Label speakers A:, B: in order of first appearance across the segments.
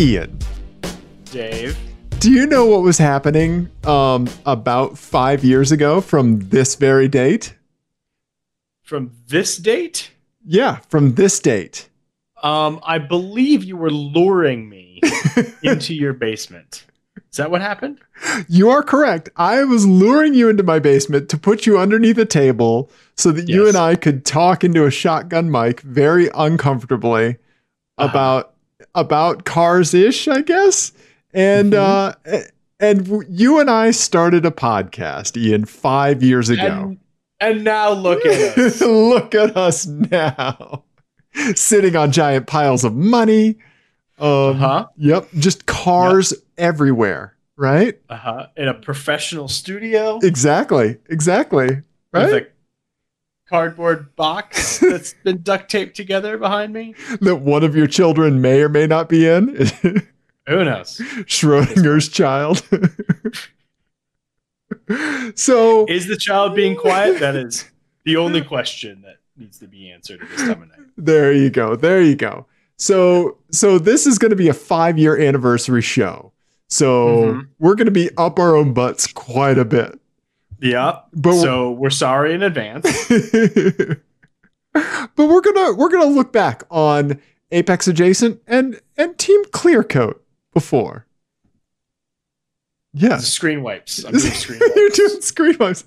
A: Ian,
B: Dave.
A: do you know what was happening um, about five years ago from this very date?
B: From this date,
A: Yeah, from this date.
B: um, I believe you were luring me into your basement. Is that what happened?
A: You are correct. I was luring you into my basement to put you underneath a table so that you
B: Yes.
A: and I could talk into a shotgun mic very uncomfortably
B: Uh-huh.
A: about about cars ish, I guess. And
B: Mhm.
A: uh a- and w- you and I started a podcast, Ian, five years ago.
B: And, and now look at us.
A: Look at us now, sitting on giant piles of money. Um,
B: Uh-huh.
A: Yep, just cars everywhere. Right.
B: Uh-huh. In a professional studio
A: Exactly. Exactly.
B: with
A: Right.
B: a cardboard box that's been duct taped together behind me.
A: that one of your children may or may not be in
B: Who knows?
A: Schrodinger's child. so
B: Is the child being quiet? That is the only question that needs to be answered at this time of night.
A: there you go. There you go. So so this is going to be a 5-year anniversary show. So
B: Mhm.
A: we're going to be up our own butts quite a bit.
B: Yeah.
A: But
B: so we're sorry in advance.
A: but we're gonna we're gonna look back on Apex Adjacent and and Team Clearcoat before. Yeah,
B: Screen wipes. I'm doing screen wipes.
A: you're doing screen wipes.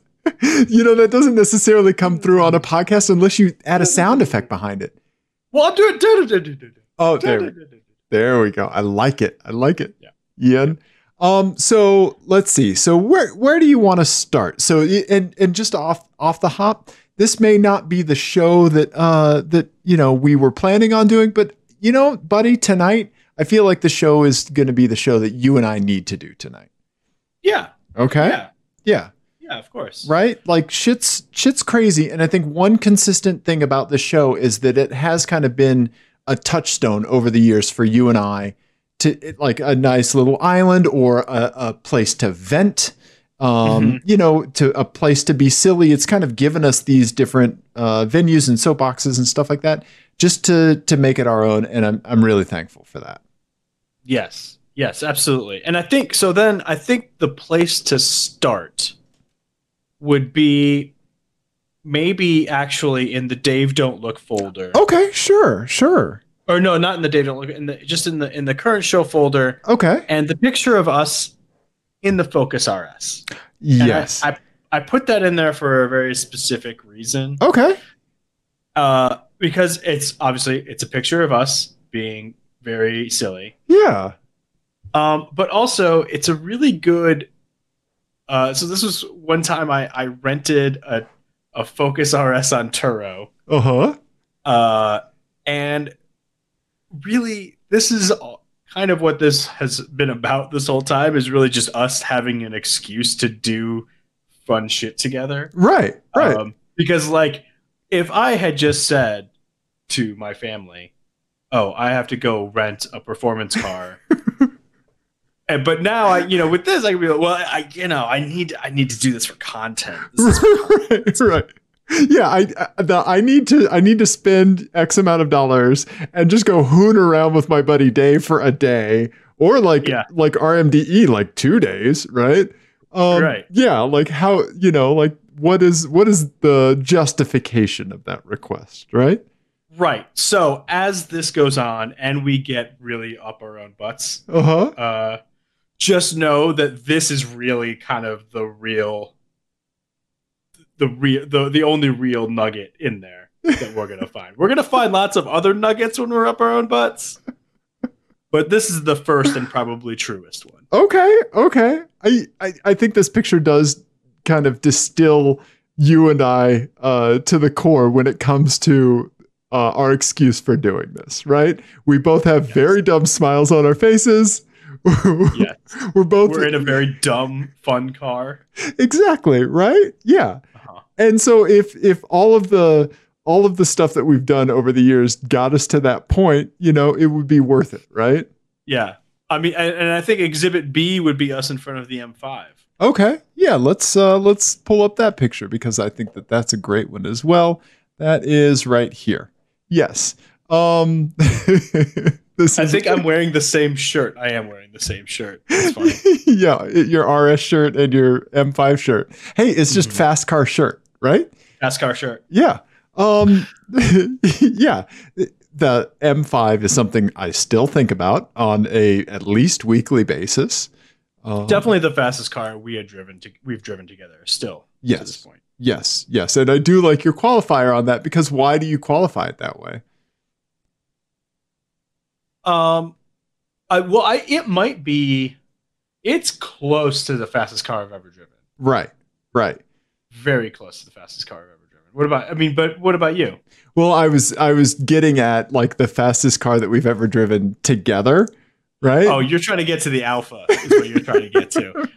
A: You know that doesn't necessarily come through on a podcast unless you add a sound effect behind it.
B: Well, I'll do it. Do, do, do, do, do.
A: Oh,
B: Do, do,
A: there,
B: do, do, do.
A: there we go. I like it. I like it.
B: Yeah.
A: Ian. Um. So let's see. So where where do you want to start? So i- and and just off off the hop, this may not be the show that uh that you know we were planning on doing, but you know, buddy, tonight I feel like the show is going to be the show that you and I need to do tonight.
B: Yeah.
A: Okay.
B: Yeah.
A: yeah.
B: Yeah, of course.
A: Right? Like shit's shit's crazy. And I think one consistent thing about the show is that it has kind of been a touchstone over the years for you and I to it- like a nice little island or a, a place to vent. Um,
B: Mm-hmm.
A: you know, to a place to be silly. It's kind of given us these different uh, venues and soapboxes and stuff like that, just to to make it our own. And I'm I'm really thankful for that.
B: Yes. Yes, absolutely. And I think so then I think the place to start would be maybe actually in the Dave don't look folder.
A: Okay, sure, sure.
B: Or no, not in the Dave don't look in the just in the in the current show folder
A: Okay.
B: and the picture of us in the Focus RS. And I-
A: Yes.
B: I, I put that in there for a very specific reason.
A: okay.
B: Uh, because it's obviously it's a picture of us being very silly.
A: Yeah.
B: Um, but also it's a really good uh, so this was one time I, I rented a, a Focus RS on Turo.
A: Uh huh.
B: Uh, and really this is all- kind of what this has been about this whole time is really just us having an excuse to do fun shit together.
A: Right. Right.
B: Um, because like if I had just said to my family, "Oh, I have to go rent a performance car," and but now I, you know, with this, I can be like, "Well, I, you know, I need, I need to do this for content." This is-
A: right, right. Yeah, I I- the, I need to I need to spend X amount of dollars and just go hoon around with my buddy Dave for a day or like
B: Yeah.
A: like RMDE E, like two days, right? Um,
B: Right.
A: Yeah, like how you know like what is what is the justification of that request, right?
B: right. So as this goes on, and we get really up our own butts,
A: Uh huh.
B: uh, just know that this is really kind of the real. The real, the the only real nugget in there that we're gonna find. We're gonna find lots of other nuggets when we're up our own butts, but this is the first and probably truest one.
A: Okay, okay. I, I I think this picture does kind of distill you and I uh, to the core when it comes to uh, our excuse for doing this. Right? We both have
B: Yes.
A: very dumb smiles on our faces.
B: Yes,
A: We're both
B: we're in a very dumb, fun car.
A: exactly right. Yeah.
B: Uh-huh.
A: And so if if all of the all of the stuff that we've done over the years got us to that point, you know, it would be worth it, right?
B: Yeah, I mean, and, and I think Exhibit B would be us in front of the M5.
A: Okay. Yeah, let's uh let's pull up that picture because I think that that's a great one as well. That is right here. Yes. Um This
B: I
A: is-
B: think I'm wearing the same shirt. I am wearing the same shirt. It's funny.
A: yeah, i- your RS shirt and your M5 shirt. Hey, it's just
B: Mhm.
A: fast car shirt, right?
B: NASCAR shirt.
A: Yeah. Um yeah, the M5 is something I still think about on a at least weekly basis. Um,
B: Definitely the fastest car we had driven to we've driven together still to this
A: Yes.
B: point.
A: Yes. Yes, and I do like your qualifier on that because why do you qualify it that way?
B: Um I well I it might be it's close to the fastest car I've ever driven.
A: Right. Right.
B: Very close to the fastest car I've ever driven. What about I mean, but what about you?
A: Well, I was I was getting at like the fastest car that we've ever driven together, right?
B: Oh, you're trying to get to the alpha is what you're trying to get to.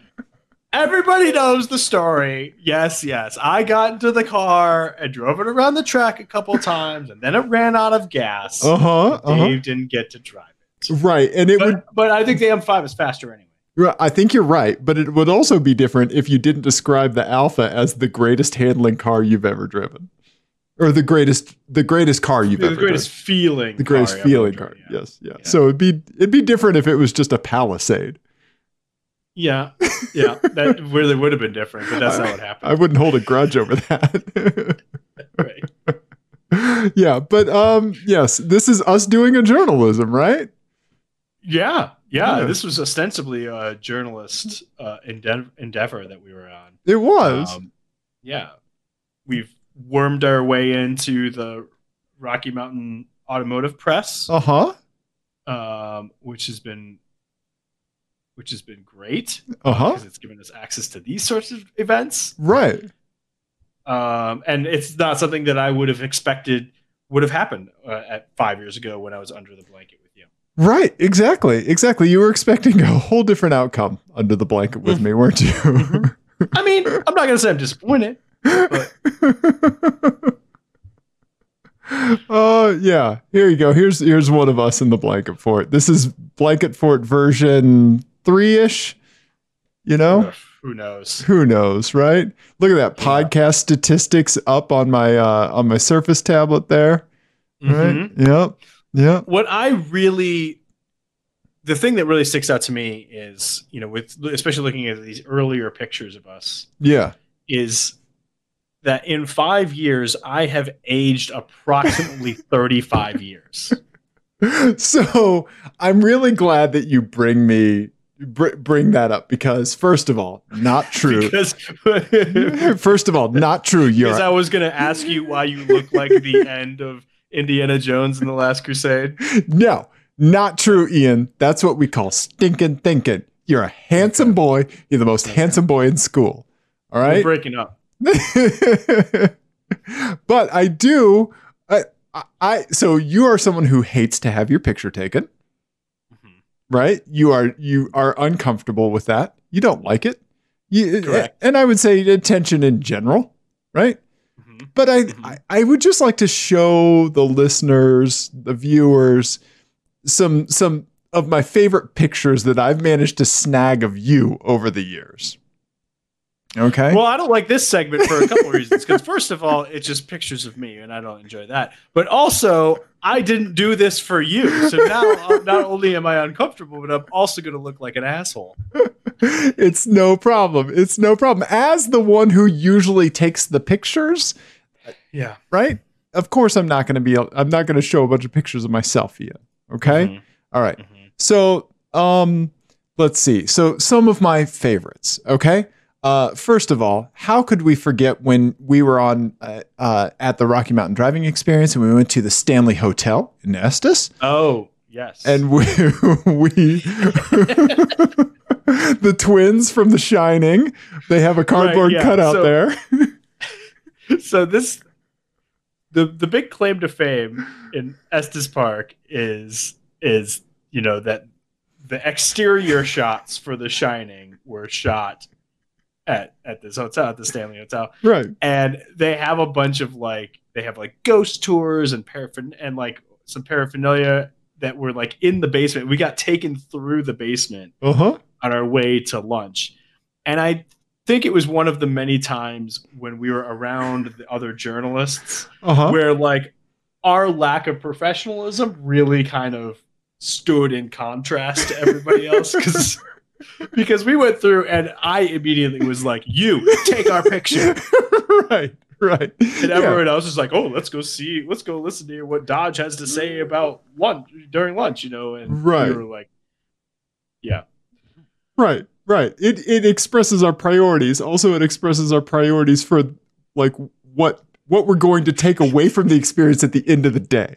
B: Everybody knows the story. Yes, yes. I got into the car and drove it around the track a couple times, and then it ran out of gas.
A: Uh huh. Uh-huh.
B: Dave didn't get to drive it.
A: Right, and it
B: But, but I think the M5 is faster anyway.
A: would. I think you're right, but it would also be different if you didn't describe the Alpha as the greatest handling car you've ever driven, or the greatest the greatest car you've
B: The
A: ever
B: greatest
A: driven.
B: feeling.
A: The greatest
B: car I've ever
A: feeling car.
B: driven, yeah.
A: Yes. Yeah.
B: Yeah.
A: So it'd be it'd be different if it was just a Palisade.
B: Yeah, yeah. That really would have been different, but that's not what happened.
A: I wouldn't hold a grudge over that.
B: Right.
A: yeah, but um, yes, this is us doing a journalism, right?
B: Yeah, yeah.
A: Yeah.
B: This was ostensibly a journalist uh, endeav- endeavor that we were on.
A: It was.
B: Um, yeah. We've wormed our way into the Rocky Mountain Automotive Press,
A: uh huh. Oh.
B: um, which has been which has been great
A: Uh huh.
B: because it's given us access to these sorts of events.
A: Right.
B: Um, and it's not something that I would have expected would have happened uh, at five years ago when I was under the blanket with you.
A: Right. Exactly. Exactly. You were expecting a whole different outcome under the blanket with me, weren't you?
B: Mhm. I mean, I'm not gonna say I'm disappointed.
A: Oh yeah. Here you go. Here's here's one of us in the blanket fort. This is blanket fort version three ish. You know.
B: Ugh, who knows?
A: Who knows, right? Look at that
B: Yeah.
A: podcast statistics up on my uh, on my Surface tablet there.
B: Mhm.
A: Right? Yep. Yep.
B: what I really the thing that really sticks out to me is, you know, with especially looking at these earlier pictures of us
A: Yeah.
B: is that in 5 years I have aged approximately 35 years.
A: So I'm really glad that you bring me br- bring that up because first of all, not true.
B: Because,
A: first of all, not true. You're
B: because I was going to ask you why you look like the end of Indiana Jones in the Last Crusade.
A: no, not true, Ian. That's what we call stinking thinking. You're a handsome boy. You're the most
B: Okay.
A: handsome boy in school. All
B: We're
A: right.
B: breaking up.
A: but I do. I, I- I so you are someone who hates to have your picture taken,
B: Mhm.
A: right? You are you are uncomfortable with that. You don't like it. You,
B: Correct.
A: And I would say attention in general, right?
B: Mhm.
A: But I,
B: Mhm.
A: I I would just like to show the listeners, the viewers, some some of my favorite pictures that I've managed to snag of you over the years. Okay.
B: Well, I don't like this segment for a couple of reasons. Because first of all, it's just pictures of me, and I don't enjoy that. But also, I didn't do this for you, so now uh, not only am I uncomfortable, but I'm also going to look like an asshole.
A: it's no problem. It's no problem. As the one who usually takes the pictures,
B: Yeah.
A: right? Of course, I'm not going to be. I'm not going to show a bunch of pictures of myself yet. Okay.
B: Mm-hmm.
A: All right. So, um, let's see. So, some of my favorites. Okay. Uh, first of all, how could we forget when we were on uh, uh, at the Rocky Mountain Driving Experience and we went to the Stanley Hotel in Estes?
B: Oh yes.
A: and we, we the twins from The Shining. They have a cardboard
B: yeah,
A: cutout
B: so-
A: there.
B: so this, the the big claim to fame in Estes Park is is you know that the exterior shots for The Shining were shot at at this hotel at the Stanley Hotel.
A: Right.
B: and they have a bunch of like they have like ghost tours and paraphern and like some paraphernalia that were like in the basement. We got taken through the basement
A: Uh huh.
B: on our way to lunch, and I think it was one of the many times when we were around the other journalists
A: Uh huh.
B: where like our lack of professionalism really kind of stood in contrast to everybody else because because we went through and I immediately was like, "You take our picture,"
A: right, right.
B: and
A: Yeah.
B: everyone else was like, "Oh, let's go see, let's go listen to what Dodge has to say about lunch during lunch," you know, and
A: Right.
B: we were like,
A: Right, right. It it expresses our priorities. Also, it expresses our priorities for like what what we're going to take away from the experience at the end of the day.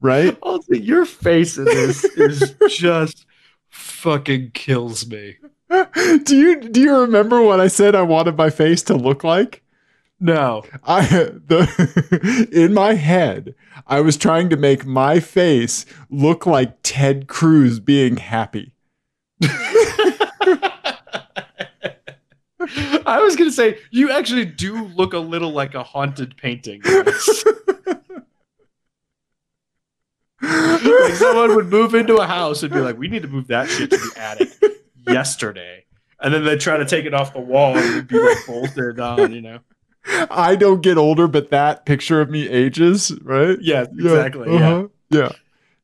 A: Right?
B: "Also, your face in this is just fucking kills me."
A: do you do you remember what I said I wanted my face to look like?
B: No,
A: I the in my head, I was trying to make my face look like Ted Cruz being happy.
B: I was gonna say you actually do look a little like a haunted painting. like someone would move into a house and be like, "We need to move that shit to the attic yesterday," and then they try to take it off the wall and it'd be like bolted on, you know?
A: I don't get older, but that picture of me ages, right?
B: Yes, exactly. Yeah.
A: uh-huh, yeah.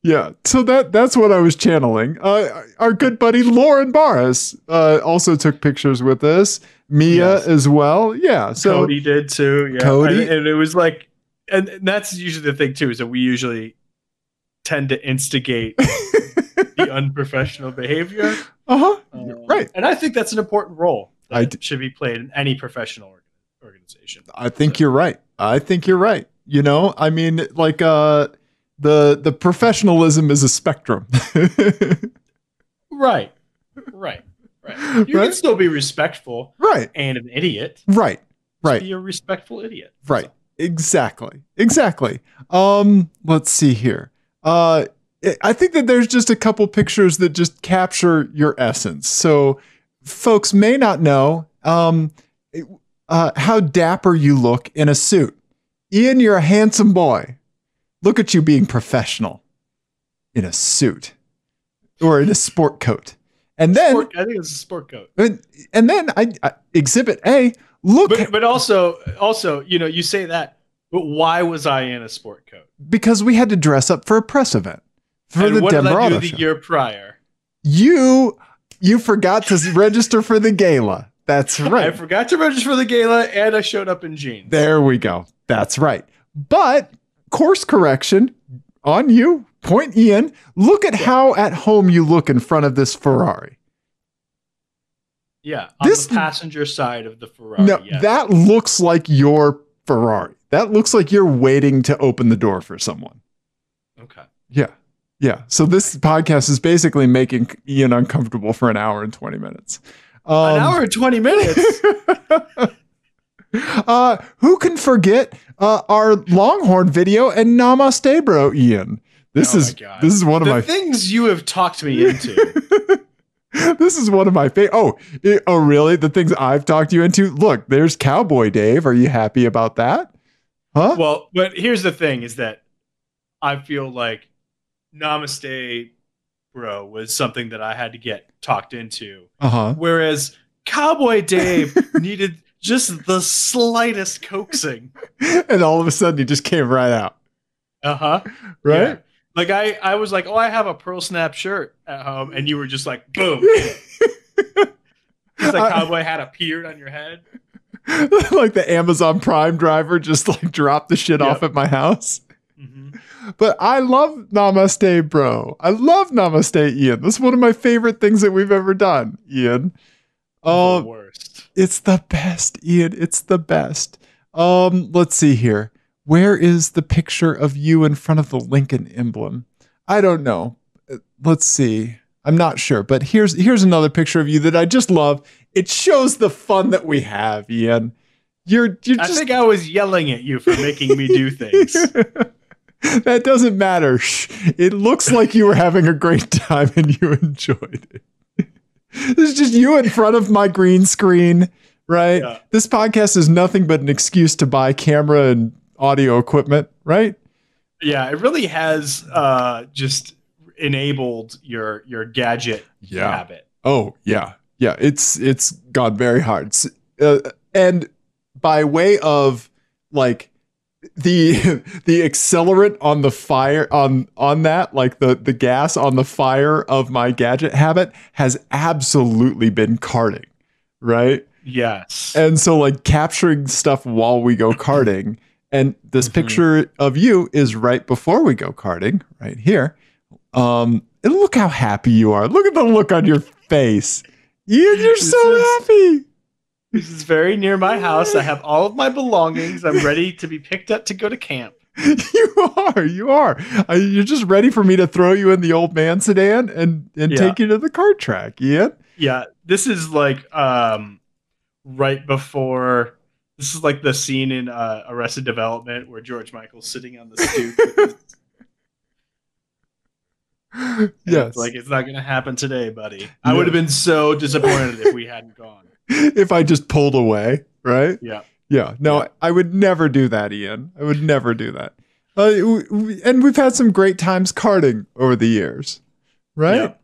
A: Yeah. So that that's what I was channeling. Uh, our good buddy Lauren Barris uh, also took pictures with us. Mia
B: Yes.
A: as well. Yeah. So
B: Cody did too. Yeah,
A: Cody-
B: and, and it was like, and, and that's usually the thing too is that we usually tend to instigate the unprofessional behavior.
A: uh-huh.
B: Um,
A: right.
B: And I think that's an important role that
A: I d-
B: should be played in any professional org- organization.
A: I think you're right. I think you're right. You know, I mean, like uh, the the professionalism is a spectrum.
B: Right. Right. Right. You
A: Right?
B: can still be respectful
A: right.
B: and an idiot.
A: Right. Right.
B: Be a respectful idiot.
A: Right. Exactly. Exactly. Um, let's see here. Uh, I- I think that there's just a couple pictures that just capture your essence. So, folks may not know um, it- uh, how dapper you look in a suit. Ian, you're a handsome boy. Look at you being professional in a suit or in a sport coat. And then,
B: Sport- I think it's a sport coat.
A: and, and then I, I exhibit A. Look,
B: But but also also you know you say that. But why was I in a sport coat?
A: because we had to dress up for a press event for
B: and
A: the
B: what
A: Denver
B: did I do
A: Auto
B: the
A: Show.
B: year prior?
A: you you forgot to register for the gala. That's
B: I
A: right.
B: forgot to register for the gala, and I showed up in jeans.
A: there we go. That's right. But course correction on you. Point Ian. Look at how at home you look in front of this Ferrari.
B: yeah, on
A: This-
B: the passenger side of the Ferrari.
A: no,
B: yes.
A: that looks like your Ferrari. That looks like you're waiting to open the door for someone.
B: okay.
A: Yeah. Yeah. So this podcast is basically making Ian uncomfortable for an hour and 20 minutes. Um,
B: An hour and twenty minutes.
A: uh, who can forget uh, our Longhorn video and Namaste, bro, Ian? This
B: Oh my
A: is
B: God.
A: this is one of
B: the
A: my
B: things you have talked me into.
A: this is one of my favorite. Oh, it- oh, really? The things I've talked you into. Look, there's Cowboy Dave. Are you happy about that? Huh?
B: well, but here's the thing: is that I feel like Namaste, bro, was something that I had to get talked into,
A: Uh huh.
B: whereas Cowboy Dave needed just the slightest coaxing.
A: And all of a sudden, he just came right out.
B: Uh huh.
A: Right?
B: Like I, I was like, oh, I have a pearl snap shirt at home, and you were just like, boom. It's like
A: I-
B: cowboy hat appeared on your head.
A: like the Amazon Prime driver just like dropped the shit
B: Yep.
A: off at my house.
B: hmm
A: But I love Namaste, bro. I love Namaste, Ian. That's one of my favorite things that we've ever done, Ian.
B: Oh,
A: Um,
B: worst.
A: it's the best, Ian. It's the best. Um, let's see here. Where is the picture of you in front of the Lincoln emblem? I don't know. Uh, Let's see. I'm not sure, but here's here's another picture of you that I just love. It shows the fun that we have, Ian. You're you're
B: I
A: just
B: think I was yelling at you for making me do things.
A: that doesn't matter. Shh. It looks like you were having a great time and you enjoyed it. This is just you in front of my green screen, right?
B: Yeah.
A: This podcast is nothing but an excuse to buy camera and audio equipment, right?
B: Yeah, it really has uh, just enabled your your gadget habit.
A: Oh yeah, yeah. It's it's gone very hard, S- uh, and by way of like the the accelerant on the fire on on that like the the gas on the fire of my gadget habit has absolutely been karting right
B: Yes.
A: and so like capturing stuff while we go karting and this
B: Mhm.
A: picture of you is right before we go karting right here um and look how happy you are look at the look on your face you, you're
B: This
A: so
B: is-
A: happy
B: This is very near my house. I have all of my belongings. I'm ready to be picked up to go to camp.
A: you are. You are. Uh, you're just ready for me to throw you in the old man sedan and and
B: Yeah.
A: take you to the cart track, Ian.
B: Yeah, this is like um right before this is like the scene in uh, Arrested Development where George Michael's sitting on the stoop. and it's
A: yes.
B: like it's not gonna happen today, buddy. I
A: Yeah.
B: would have been so disappointed if we hadn't gone.
A: if I just pulled away, right?
B: Yeah.
A: Yeah. No,
B: Yeah.
A: I would never do that, Ian. I would never do that. Uh, we, we- and we've had some great times karting over the years, right?
B: Yep.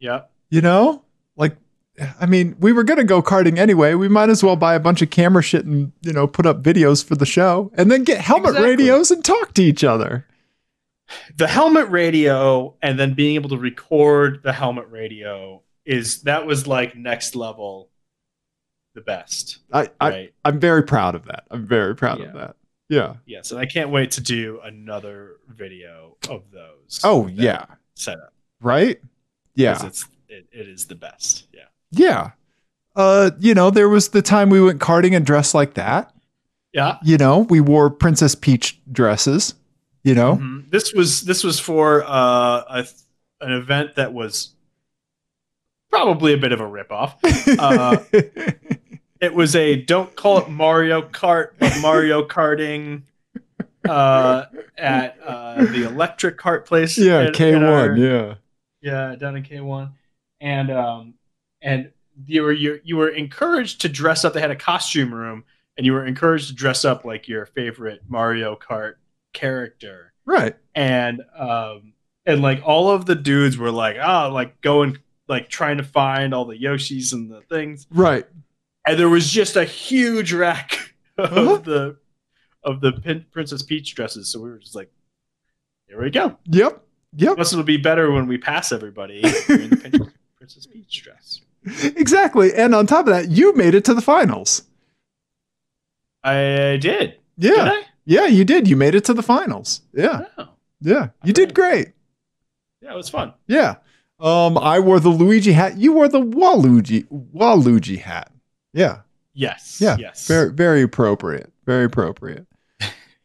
B: Yep.
A: You know, like, I mean, we were gonna go karting anyway. We might as well buy a bunch of camera shit and you know put up videos for the show, and then get helmet
B: Exactly.
A: radios and talk to each other.
B: The helmet radio and then being able to record the helmet radio is that was like next level the best.
A: I, I
B: Right.
A: I'm very proud of that. I'm very proud
B: Yeah.
A: of that. Yeah.
B: Yes, and I can't wait to do another video of those.
A: Oh
B: That
A: yeah.
B: setup.
A: Right.
B: 'cause
A: Yeah.
B: it's it, it is the best. Yeah,
A: Yeah. Uh, you know, there was the time we went karting and dressed like that.
B: yeah.
A: You know, we wore Princess Peach dresses. You know,
B: Mhm. This was this was for uh, a th- an event that was probably a bit of a ripoff. Uh, It was a don't call it Mario Kart, but Mario Karting. Uh, at uh, the electric kart place.
A: yeah,
B: at-
A: K
B: at our-
A: one. Yeah.
B: yeah down in k1 and um and you were you, you were encouraged to dress up they had a costume room and you were encouraged to dress up like your favorite mario kart character
A: Right.
B: and um and like all of the dudes were like oh like going like trying to find all the yoshis and the things
A: Right.
B: and there was just a huge rack of
A: Uh-huh.
B: the of the Pin- princess peach dresses so we were just like here we go
A: Yep. Yep.
B: Plus, it'll be better when we pass everybody in the Prin- Princess Peach dress.
A: Exactly. And on top of that, you made it to the finals.
B: I did.
A: Yeah.
B: Did
A: Yeah, you did. You made it to the finals.
B: I?
A: Yeah.
B: Oh,
A: Yeah. You did great.
B: yeah, it was fun.
A: Yeah. Um, I wore the Luigi hat. You wore the Waluigi Waluigi hat. Yeah.
B: Yes.
A: Yeah,
B: Yes.
A: Very very appropriate. Very appropriate.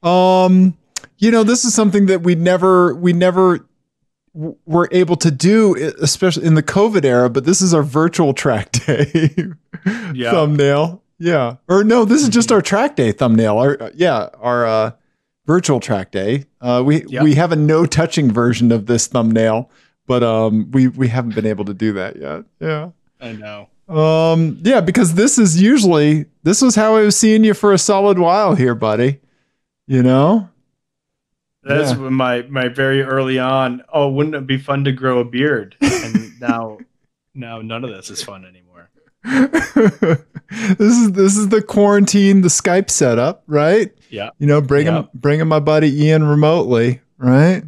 A: um, you know, this is something that we never we never w- were able to do, e- especially in the COVID era. But this is our virtual track day
B: Yeah. Mm-hmm.
A: thumbnail. Yeah. Or no, this is just our track day thumbnail. Our uh, yeah, our uh, virtual track day. Uh, we
B: Yeah.
A: we have a no touching version of this thumbnail, but um, we we haven't been able to do that yet. Yeah.
B: I know.
A: Um, yeah, because this is usually this was how I was seeing you for a solid while here, buddy. You know?
B: That's
A: Yeah.
B: when my my very early on. Oh, wouldn't it be fun to grow a beard? And now, now none of this is fun anymore.
A: this is this is the quarantine, the Skype setup, right?
B: Yeah.
A: You know, bringing
B: Yeah.
A: bringing my buddy Ian remotely, right?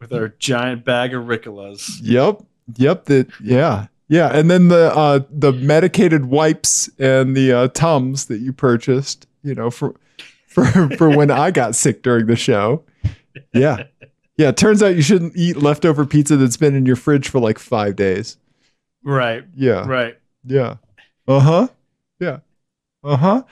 B: With our giant bag of Ricolas.
A: Yep. Yep. The yeah. Yeah. And then the uh the medicated wipes and the uh Tums that you purchased, you know, for for for when I got sick during the show. Yeah. Yeah. Turns out you shouldn't eat leftover pizza that's been in your fridge for like five days.
B: Right.
A: Yeah.
B: Right.
A: Yeah. Uh-huh. Yeah. Uh-huh.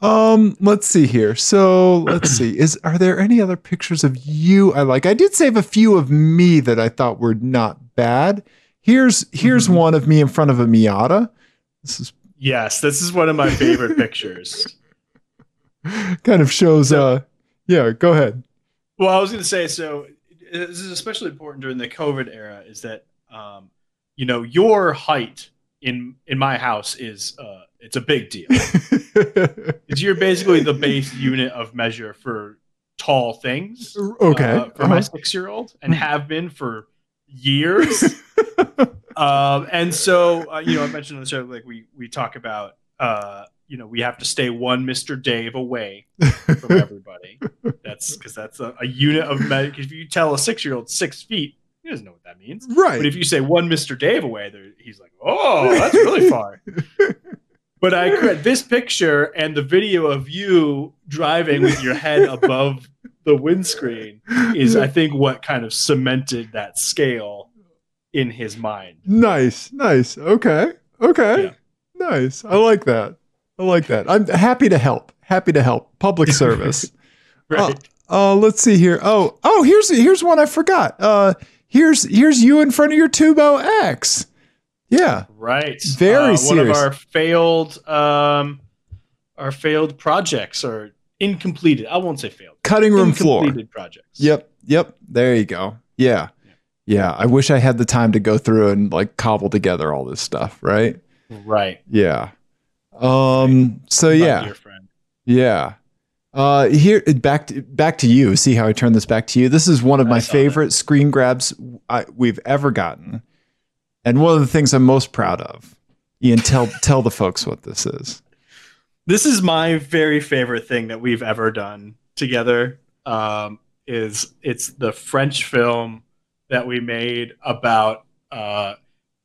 A: Um, let's see here. So let's see. Is are there any other pictures of you I like? I did save a few of me that I thought were not bad. Here's here's
B: Mhm.
A: one of me in front of a Miata. This is
B: Yes. This is one of my favorite pictures.
A: kind of shows uh yeah, go ahead.
B: Well, I was going to say, so this is especially important during the COVID era, is that um, you know your height in in my house is uh, it's a big deal. It's you're basically the base unit of measure for tall things.
A: okay. uh-huh.
B: uh, for my six year old, and
A: Hmm.
B: have been for years. um, and so uh, you know, I mentioned on the show like we we talk about uh, you know we have to stay one Mister Dave away from everybody. that's because that's a, a unit of measure. If you tell a six year old six feet, he doesn't know what that means.
A: Right.
B: But if you say one Mr. Dave away, there- he's like, oh, that's really far. but I credit this picture and the video of you driving with your head above the windscreen is, I think, what kind of cemented that scale in his mind.
A: nice, nice. Okay, okay,
B: Yeah.
A: nice. I like that. I like that. I'm happy to help. Happy to help. Public service.
B: Right.
A: Uh, let's see here. Oh, oh, here's here's one I forgot. Uh, here's here's you in front of your Tubo X. Yeah,
B: Right.
A: Very
B: uh, One of
A: serious.
B: our failed, um, our failed projects or incompleted. I won't say failed.
A: cutting room floor.
B: Incompleted projects.
A: Yep, yep. There you go. Yeah,
B: Yeah.
A: yeah. I wish I had the time to go through and like cobble together all this stuff. Right.
B: Right.
A: Yeah. Um. So
B: About
A: yeah.
B: Your friend.
A: Yeah. Uh, here back to, back to you. See how I turn this back to you. This is one of
B: I
A: my
B: saw that.
A: favorite screen grabs I, we've ever gotten, and one of the things I'm most proud of. Ian, tell tell the folks what this is.
B: This is my very favorite thing that we've ever done together. Um, is it's the French film that we made about uh,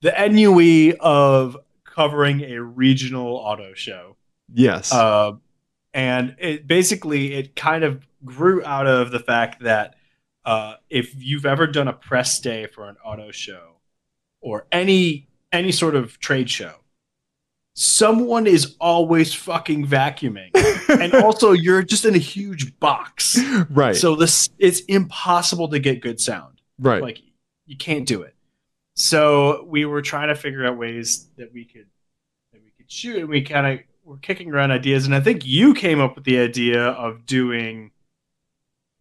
B: the ennui of covering a regional auto show.
A: Yes.
B: Uh, and it basically it kind of grew out of the fact that uh, if you've ever done a press day for an auto show or any any sort of trade show, someone is always fucking vacuuming, and also you're just in a huge box,
A: right.
B: so this it's impossible to get good sound
A: right.
B: like you can't do it so we were trying to figure out ways that we could that we could shoot and we kind of were kicking around ideas and i think you came up with the idea of doing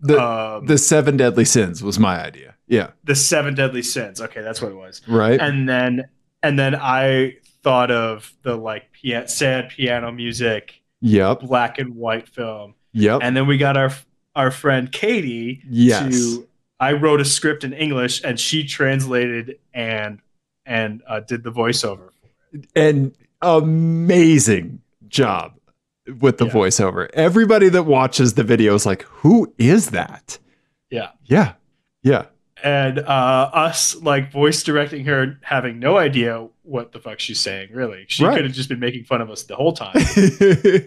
A: the
B: um,
A: the
B: the,
A: seven deadly sins was my idea. Yeah.
B: seven deadly sins okay that's what it was
A: Right.
B: and then and then i thought of the like pia- sad piano music
A: yep.
B: black and white film
A: Yep.
B: and then we got our our friend katie
A: yes.
B: to I wrote a script in English and she translated and and uh, did the voiceover.
A: an amazing job with the
B: Yeah.
A: voiceover. Everybody that watches the video is like, who is that?
B: Yeah.
A: Yeah. Yeah.
B: And uh, us like voice directing her, having no idea what the fuck she's saying. Really, she
A: Right.
B: could have just been making fun of us the whole time.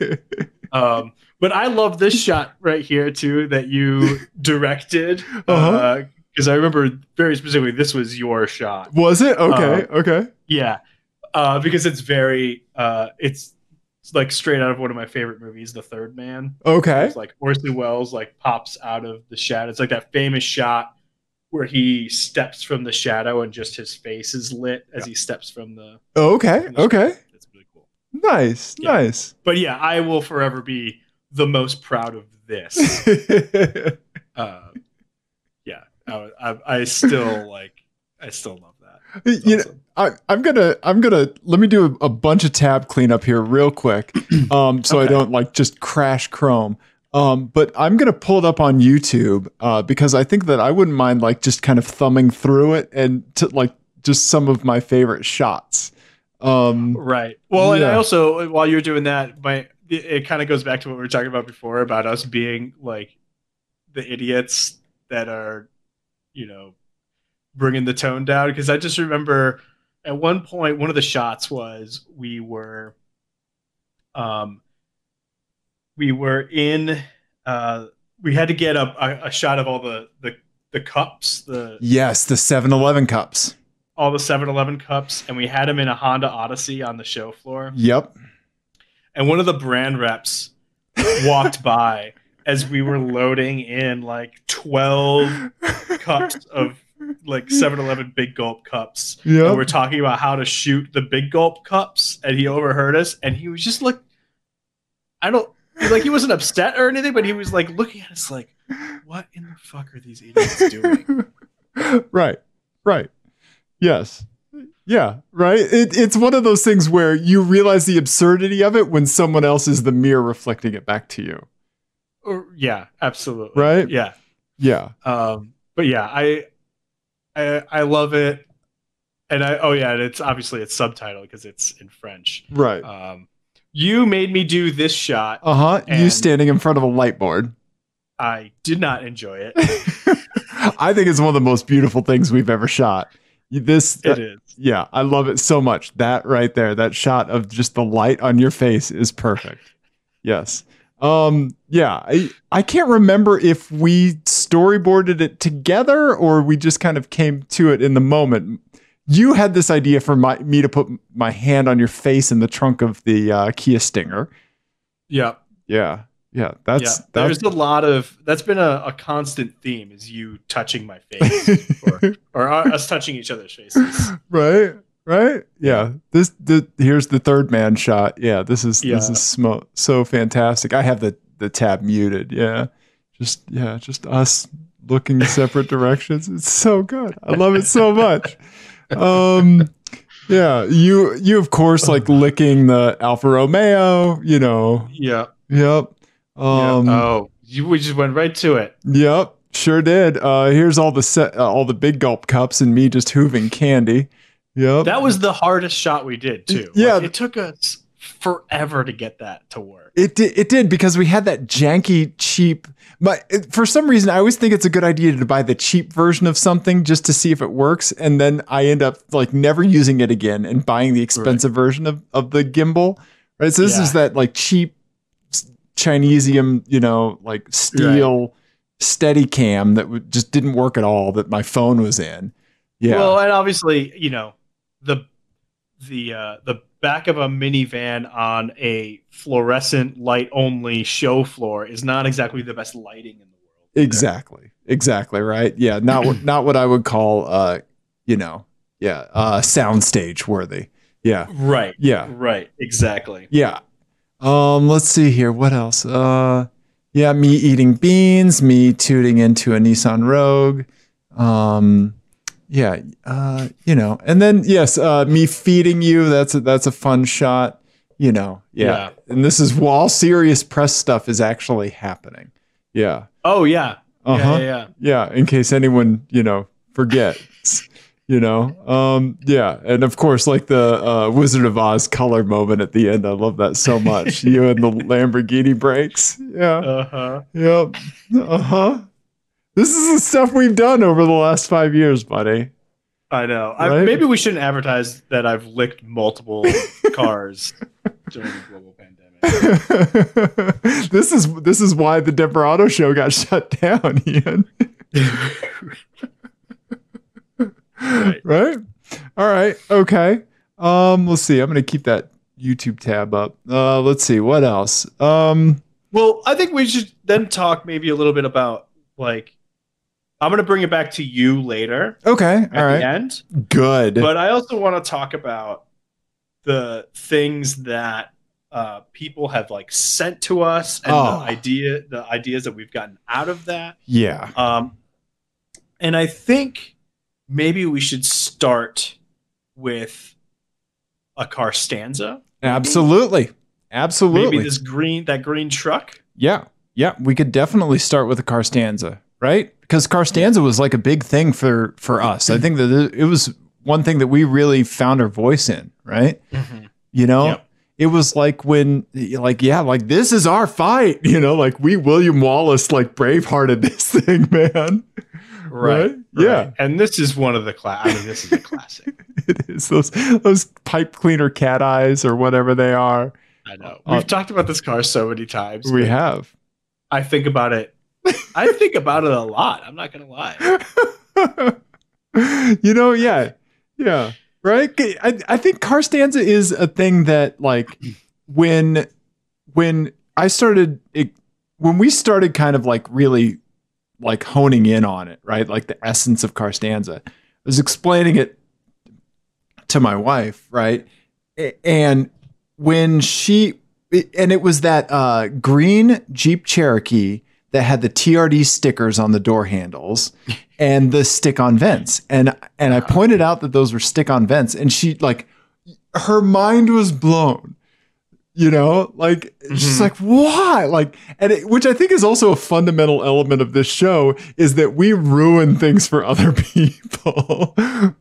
B: um, but I love this shot right here too that you directed because
A: Uh-huh.
B: I remember very specifically this was your shot.
A: Was it? Okay. okay.
B: Yeah, uh, because it's very uh, it's, it's like straight out of one of my favorite movies, The Third Man.
A: Okay.
B: It's like Orson Welles like pops out of the shadow. It's like that famous shot where he steps from the shadow and just his face is lit as he steps from the.
A: Okay.
B: from the
A: Okay.
B: shadow. That's really cool.
A: Nice.
B: Yeah.
A: Nice.
B: But yeah, I will forever be the most proud of this. uh, yeah, I, I, I still like. I still love that. It's
A: you know,
B: awesome.
A: I, I'm gonna I'm gonna let me do a, a bunch of tab cleanup here real quick, um, so I
B: Okay.
A: don't like just crash Chrome. Um, but I'm gonna pull it up on YouTube uh, because I think that I wouldn't mind like just kind of thumbing through it and to like just some of my favorite shots. Um,
B: Right. Well, and I
A: Yeah.
B: also while you're doing that, my it, it kind of goes back to what we were talking about before about us being like the idiots that are, you know, bringing the tone down. Because I just remember at one point one of the shots was we were, um, we were in, uh, we had to get a, a, a shot of all the the the cups, the
A: yes, the 7-Eleven cups.
B: all the 7-Eleven cups, and we had them in a Honda Odyssey on the show floor
A: Yep.
B: and one of the brand reps walked by as we were loading in like 12 cups of like 7-Eleven big gulp cups. And we're
A: Yep.
B: talking about how to shoot the big gulp cups and he overheard us and he was just like I don't like he wasn't upset or anything but he was like looking at us like what in the fuck are these idiots doing?
A: right. Right. Yes. Yeah. Right. It, it's one of those things where you realize the absurdity of it when someone else is the mirror reflecting it back to you.
B: Or, yeah, absolutely.
A: Right.
B: Yeah.
A: Yeah.
B: um but yeah i i i love it and i oh yeah and it's obviously it's subtitled because it's in french
A: Right.
B: um you made me do this shot
A: Uh huh. You
B: and-
A: standing in front of a light board.
B: I did not enjoy it.
A: I think it's one of the most beautiful things we've ever shot. This,
B: It is.
A: yeah, I love it so much. That right there, that shot of just the light on your face is perfect. Yes. Um, yeah, I, I can't remember if we storyboarded it together or we just kind of came to it in the moment. You had this idea for my, me to put my hand on your face in the trunk of the uh, Kia Stinger.
B: Yeah.
A: Yeah. Yeah. That's,
B: yeah.
A: that's
B: There's a lot of that's been a, a constant theme is you touching my face or, or us touching each other's faces.
A: right right yeah this the here's the third man shot yeah this is this
B: Yeah.
A: is smo- so fantastic i have the the tab muted yeah just yeah just us looking separate directions it's so good i love it so much um yeah you you of course like licking the alfa romeo you know
B: Yeah.
A: yep
B: yeah.
A: um
B: Oh, you, we just went right to it.
A: Yep, sure did. Uh, here's all the set, uh, all the big gulp cups, and me just hooving candy. Yep.
B: That was the hardest shot we did too. Like,
A: Yeah.
B: it took us forever to get that to work.
A: it did. It did because we had that janky, cheap. My it- for some reason, I always think it's a good idea to buy the cheap version of something just to see if it works, and then I end up like never using it again and buying the expensive version of of the gimbal. Right. So this
B: Yeah.
A: is that like cheap s- Chinesium, you know, like steel. steady cam that w- just didn't work at all that my phone was in yeah
B: Well, and obviously, you know, the the uh, the back of a minivan on a fluorescent light only show floor is not exactly the best lighting in the world.
A: Exactly. Exactly. Right. Yeah. Not what not what I would call uh, you know, yeah, uh soundstage worthy. Yeah.
B: Right.
A: Yeah.
B: Right. Exactly.
A: Yeah. Um, let's see here. What else? Uh yeah, me eating beans, me tooting into a Nissan Rogue. Um yeah, uh, you know, and then yes, uh me feeding you, that's a that's a fun shot, you know. yeah. And this is while serious press stuff is actually happening. Yeah.
B: Oh yeah.
A: Uh-huh
B: Yeah, yeah, yeah.
A: yeah in case anyone you know forgets you know um yeah and of course like the uh wizard of oz color moment at the end i love that so much you and the lamborghini brakes yeah
B: Uh-huh.
A: yep uh-huh this is the stuff we've done over the last five years buddy
B: I know. I,
A: Right?
B: maybe we shouldn't advertise that I've licked multiple cars during the global pandemic.
A: this is this is why the Denver Auto Show got shut down, Ian. right. All right. Okay. Um, let's see. I'm gonna keep that YouTube tab up. Uh, let's see what else. Um,
B: Well, I think we should then talk maybe a little bit about like I'm going to bring it back to you later
A: okay.
B: at
A: All
B: the
A: right.
B: end,
A: Good.
B: but I also want to talk about the things that uh, people have like sent to us and
A: Oh.
B: the idea the ideas that we've gotten out of that.
A: yeah.
B: Um, and I think maybe we should start with a car stanza.
A: Absolutely. Absolutely.
B: Maybe this green that green truck.
A: Yeah. Yeah. We could definitely start with the Carstanza, right? Because Carstanza was like a big thing for for us. I think that it was one thing that we really found our voice in, right?
B: Mm-hmm.
A: You know?
B: Yep.
A: It was like when, like, yeah, like this is our fight, you know, like we William Wallace, like bravehearted this thing, man. Right? Yeah.
B: And this is one of the class. I mean, this is a classic.
A: It is those those pipe cleaner cat eyes or whatever they are.
B: I know.
A: Uh,
B: We've talked about this car so many times.
A: We have.
B: I think about it. I think about it a lot. I'm not gonna lie.
A: you know, yeah, yeah, right. I, I think Carstanza is a thing that like when when I started it, when we started kind of like really like honing in on it, right? Like the essence of Carstanza. I was explaining it to my wife, right? A- And when she and it was that uh, green Jeep Cherokee that had the TRD stickers on the door handles and the stick-on vents, and and I pointed out that those were stick-on vents, and she like her mind was blown. You know, like she's
B: Mhm.
A: like, why? Like, and it, which I think is also a fundamental element of this show is that we ruin things for other people,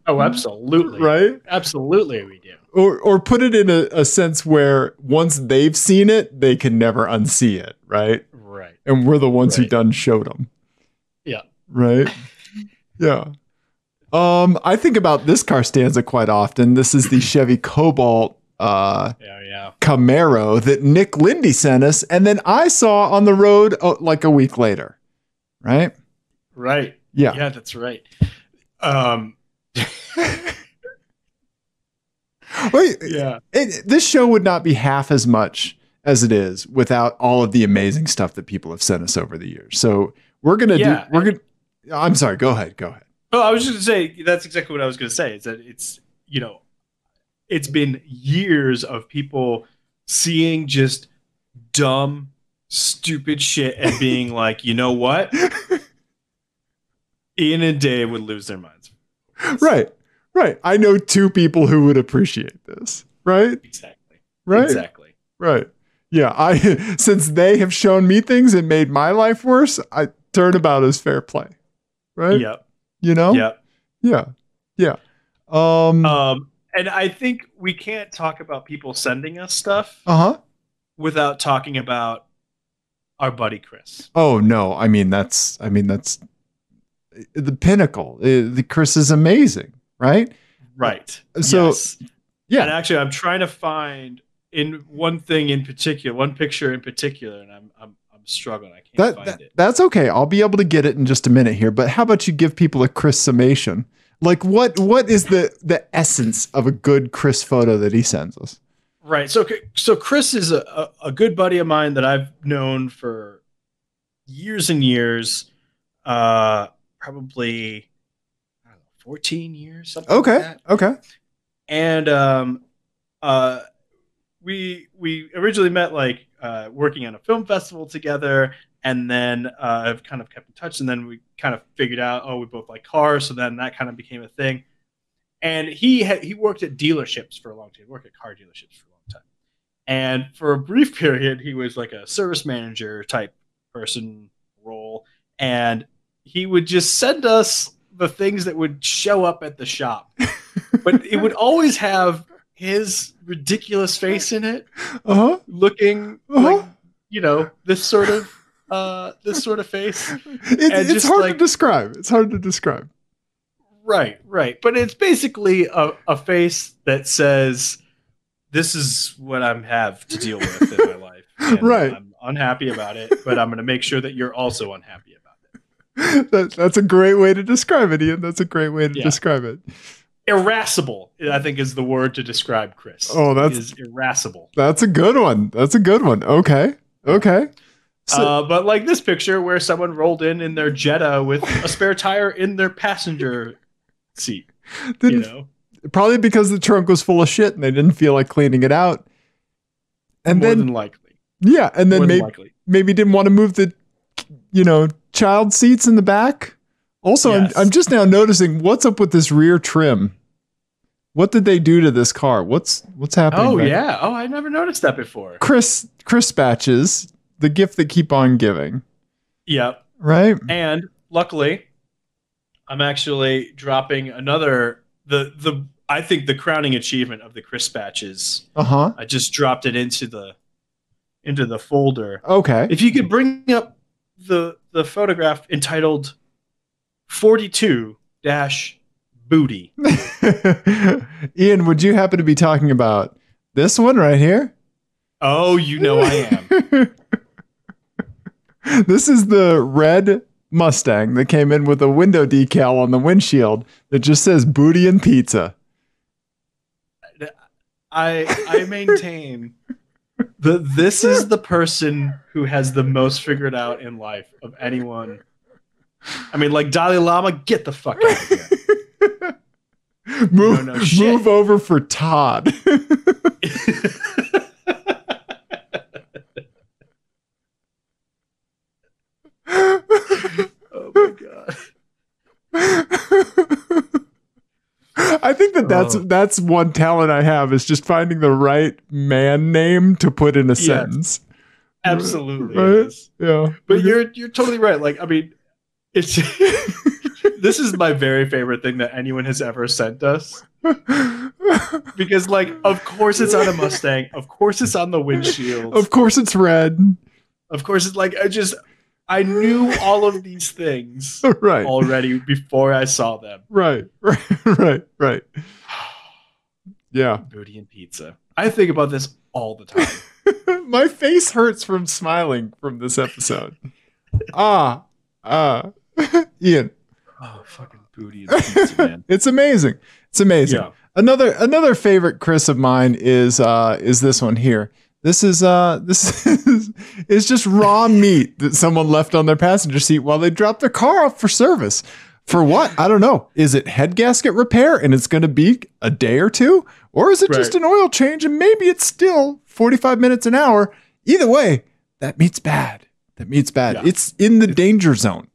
B: Oh, absolutely.
A: right?
B: Absolutely, we do.
A: or or put it in a, a sense where once they've seen it, they can never unsee it, right?
B: Right.
A: and we're the ones who
B: Right.
A: done showed them.
B: Yeah.
A: Right. yeah. Um, I think about this car stanza quite often. This is the Chevy Cobalt uh,
B: Yeah. Yeah.
A: Camaro that Nick Lindy sent us, and then I saw on the road oh, like a week later. Right.
B: Right.
A: Yeah.
B: Yeah, that's right. Um.
A: Wait,
B: Yeah.
A: it, this show would not be half as much as it is without all of the amazing stuff that people have sent us over the years. So we're gonna
B: Yeah.
A: do. We're gonna. I'm sorry. Go ahead. Go ahead.
B: Oh, I was just gonna say that's exactly what I was gonna say. Is that it's you know, it's been years of people seeing just dumb, stupid shit and being like, you know what? Ian and Dave would lose their minds.
A: Right. Right. I know two people who would appreciate this. Right.
B: Exactly.
A: Right.
B: Exactly.
A: Right. Yeah. I since they have shown me things and made my life worse, I turnabout is fair play. Right. Oh.
B: Yep.
A: You know.
B: Yep.
A: Yeah. Yeah. Um. Uh
B: Um, and I think we can't talk about people sending us stuff
A: huh.
B: without talking about our buddy Chris.
A: Oh no. I mean that's. I mean that's the pinnacle. Uh, the Chris is amazing. Right.
B: Right.
A: So-
B: Yes.
A: yeah.
B: And actually, I'm trying to find in one thing in particular, one picture in particular, and I'm I'm, I'm struggling. I can't
A: That,
B: find
A: that
B: it.
A: that's okay. I'll be able to get it in just a minute here. But how about you give people a Chris summation? Like what what is the the essence of a good Chris photo that he sends us?
B: Right. So so Chris is a, a, a good buddy of mine that I've known for years and years. Uh, probably I don't know, 14 years. Something like
A: Okay.
B: that.
A: Okay.
B: and um, uh, we we originally met like uh, working on a film festival together, and then uh, I've kind of kept in touch, and then we kind of figured out oh we both like cars, so then that kind of became a thing. And he had he worked at dealerships for a long time, worked at car dealerships for a long time, and for a brief period he was like a service manager type person role, and he would just send us the things that would show up at the shop but it would always have his ridiculous face in it,
A: Uh-huh.
B: looking
A: Uh-huh.
B: like you know this sort of uh, this sort of face.
A: It,
B: And
A: it's
B: just
A: hard to
B: like-
A: describe. It's hard to describe.
B: Right, right. But it's basically a, a face that says, "This is what I'm have to deal with in my life. and
A: Right.
B: I'm unhappy about it, but I'm going to make sure that you're also unhappy about it."
A: That, that's a great way to describe it, Ian. That's a great way to
B: Yeah.
A: describe it.
B: Irascible, I think, is the word to describe Chris.
A: Oh, that's-
B: He is irascible.
A: That's a good one. That's a good one. Okay. Okay. So,
B: uh, but like this picture where someone rolled in in their Jetta with a spare tire in their passenger seat, you
A: didn't,
B: know,
A: probably because the trunk was full of shit and they didn't feel like cleaning it out. And
B: more
A: then,
B: than likely,
A: yeah, and
B: more
A: then
B: than
A: maybe
B: likely,
A: maybe didn't want to move the you know child seats in the back also
B: Yes.
A: I'm, I'm just now noticing what's up with this rear trim what did they do to this car what's what's happening
B: oh
A: back-
B: yeah, oh I never noticed that before.
A: chris chris batches the gift that keep on giving
B: Yep,
A: right
B: and luckily, I'm actually dropping another the the I think the crowning achievement of the crisp batches.
A: uh-huh
B: I just dropped it into the into the folder.
A: okay
B: If you could bring up the the photograph entitled 42 dash booty.
A: ian would you happen to be talking about this one right here
B: Oh, you know I am.
A: this is the red Mustang that came in with a window decal on the windshield that just says booty and pizza.
B: I I maintain that this is the person who has the most figured out in life of anyone. I mean, like Dalai Lama, get the fuck out of here.
A: Move,
B: don't know shit.
A: move over for Todd.
B: oh my god.
A: I think that that's
B: Oh.
A: that's one talent I have is just finding the right man name to put in a
B: Yes.
A: sentence.
B: Absolutely. it
A: Right?
B: is.
A: Yeah,
B: But you're you're totally right. Like, I mean, it's this is my very favorite thing that anyone has ever sent us. Because like, of course it's on a Mustang, of course it's on the windshield.
A: of course it's red.
B: Of course, it's like I just I knew all of these things
A: right.
B: already before I saw them.
A: Right. Right. Right. Right. Yeah.
B: Booty and pizza. I think about this all the time.
A: My face hurts from smiling from this episode. ah. Ah. Ian,
B: Oh, fucking booty and pizza, man.
A: it's amazing. It's amazing.
B: Yeah.
A: Another another favorite Chris of mine is uh is this one here. This is uh this is is just raw meat that someone left on their passenger seat while they dropped their car off for service. For what? I don't know. Is it head gasket repair and it's going to be a day or two or is it just
B: Right.
A: an oil change and maybe it's still 45 minutes an hour? Either way, that meat's bad. That meat's bad.
B: Yeah.
A: It's in the danger zone.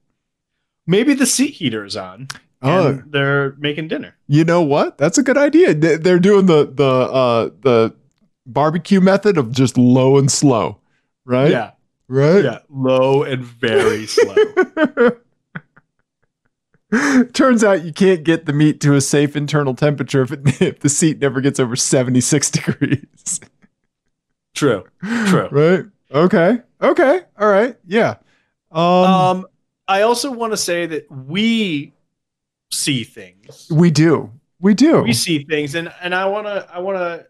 B: Maybe the seat heater is on.
A: Oh,
B: and they're making dinner.
A: you know what? That's a good idea. They- They're doing the the uh, the barbecue method of just low and slow, right?
B: Yeah,
A: right.
B: yeah. Low and very slow.
A: Turns out you can't get the meat to a safe internal temperature if, it, if the seat never gets over seventy six degrees.
B: True. True.
A: Right. Okay. Okay. All right. Yeah. Um,
B: Um, I also want to say that we see things.
A: we do. We do.
B: We see things, and and I wanna I wanna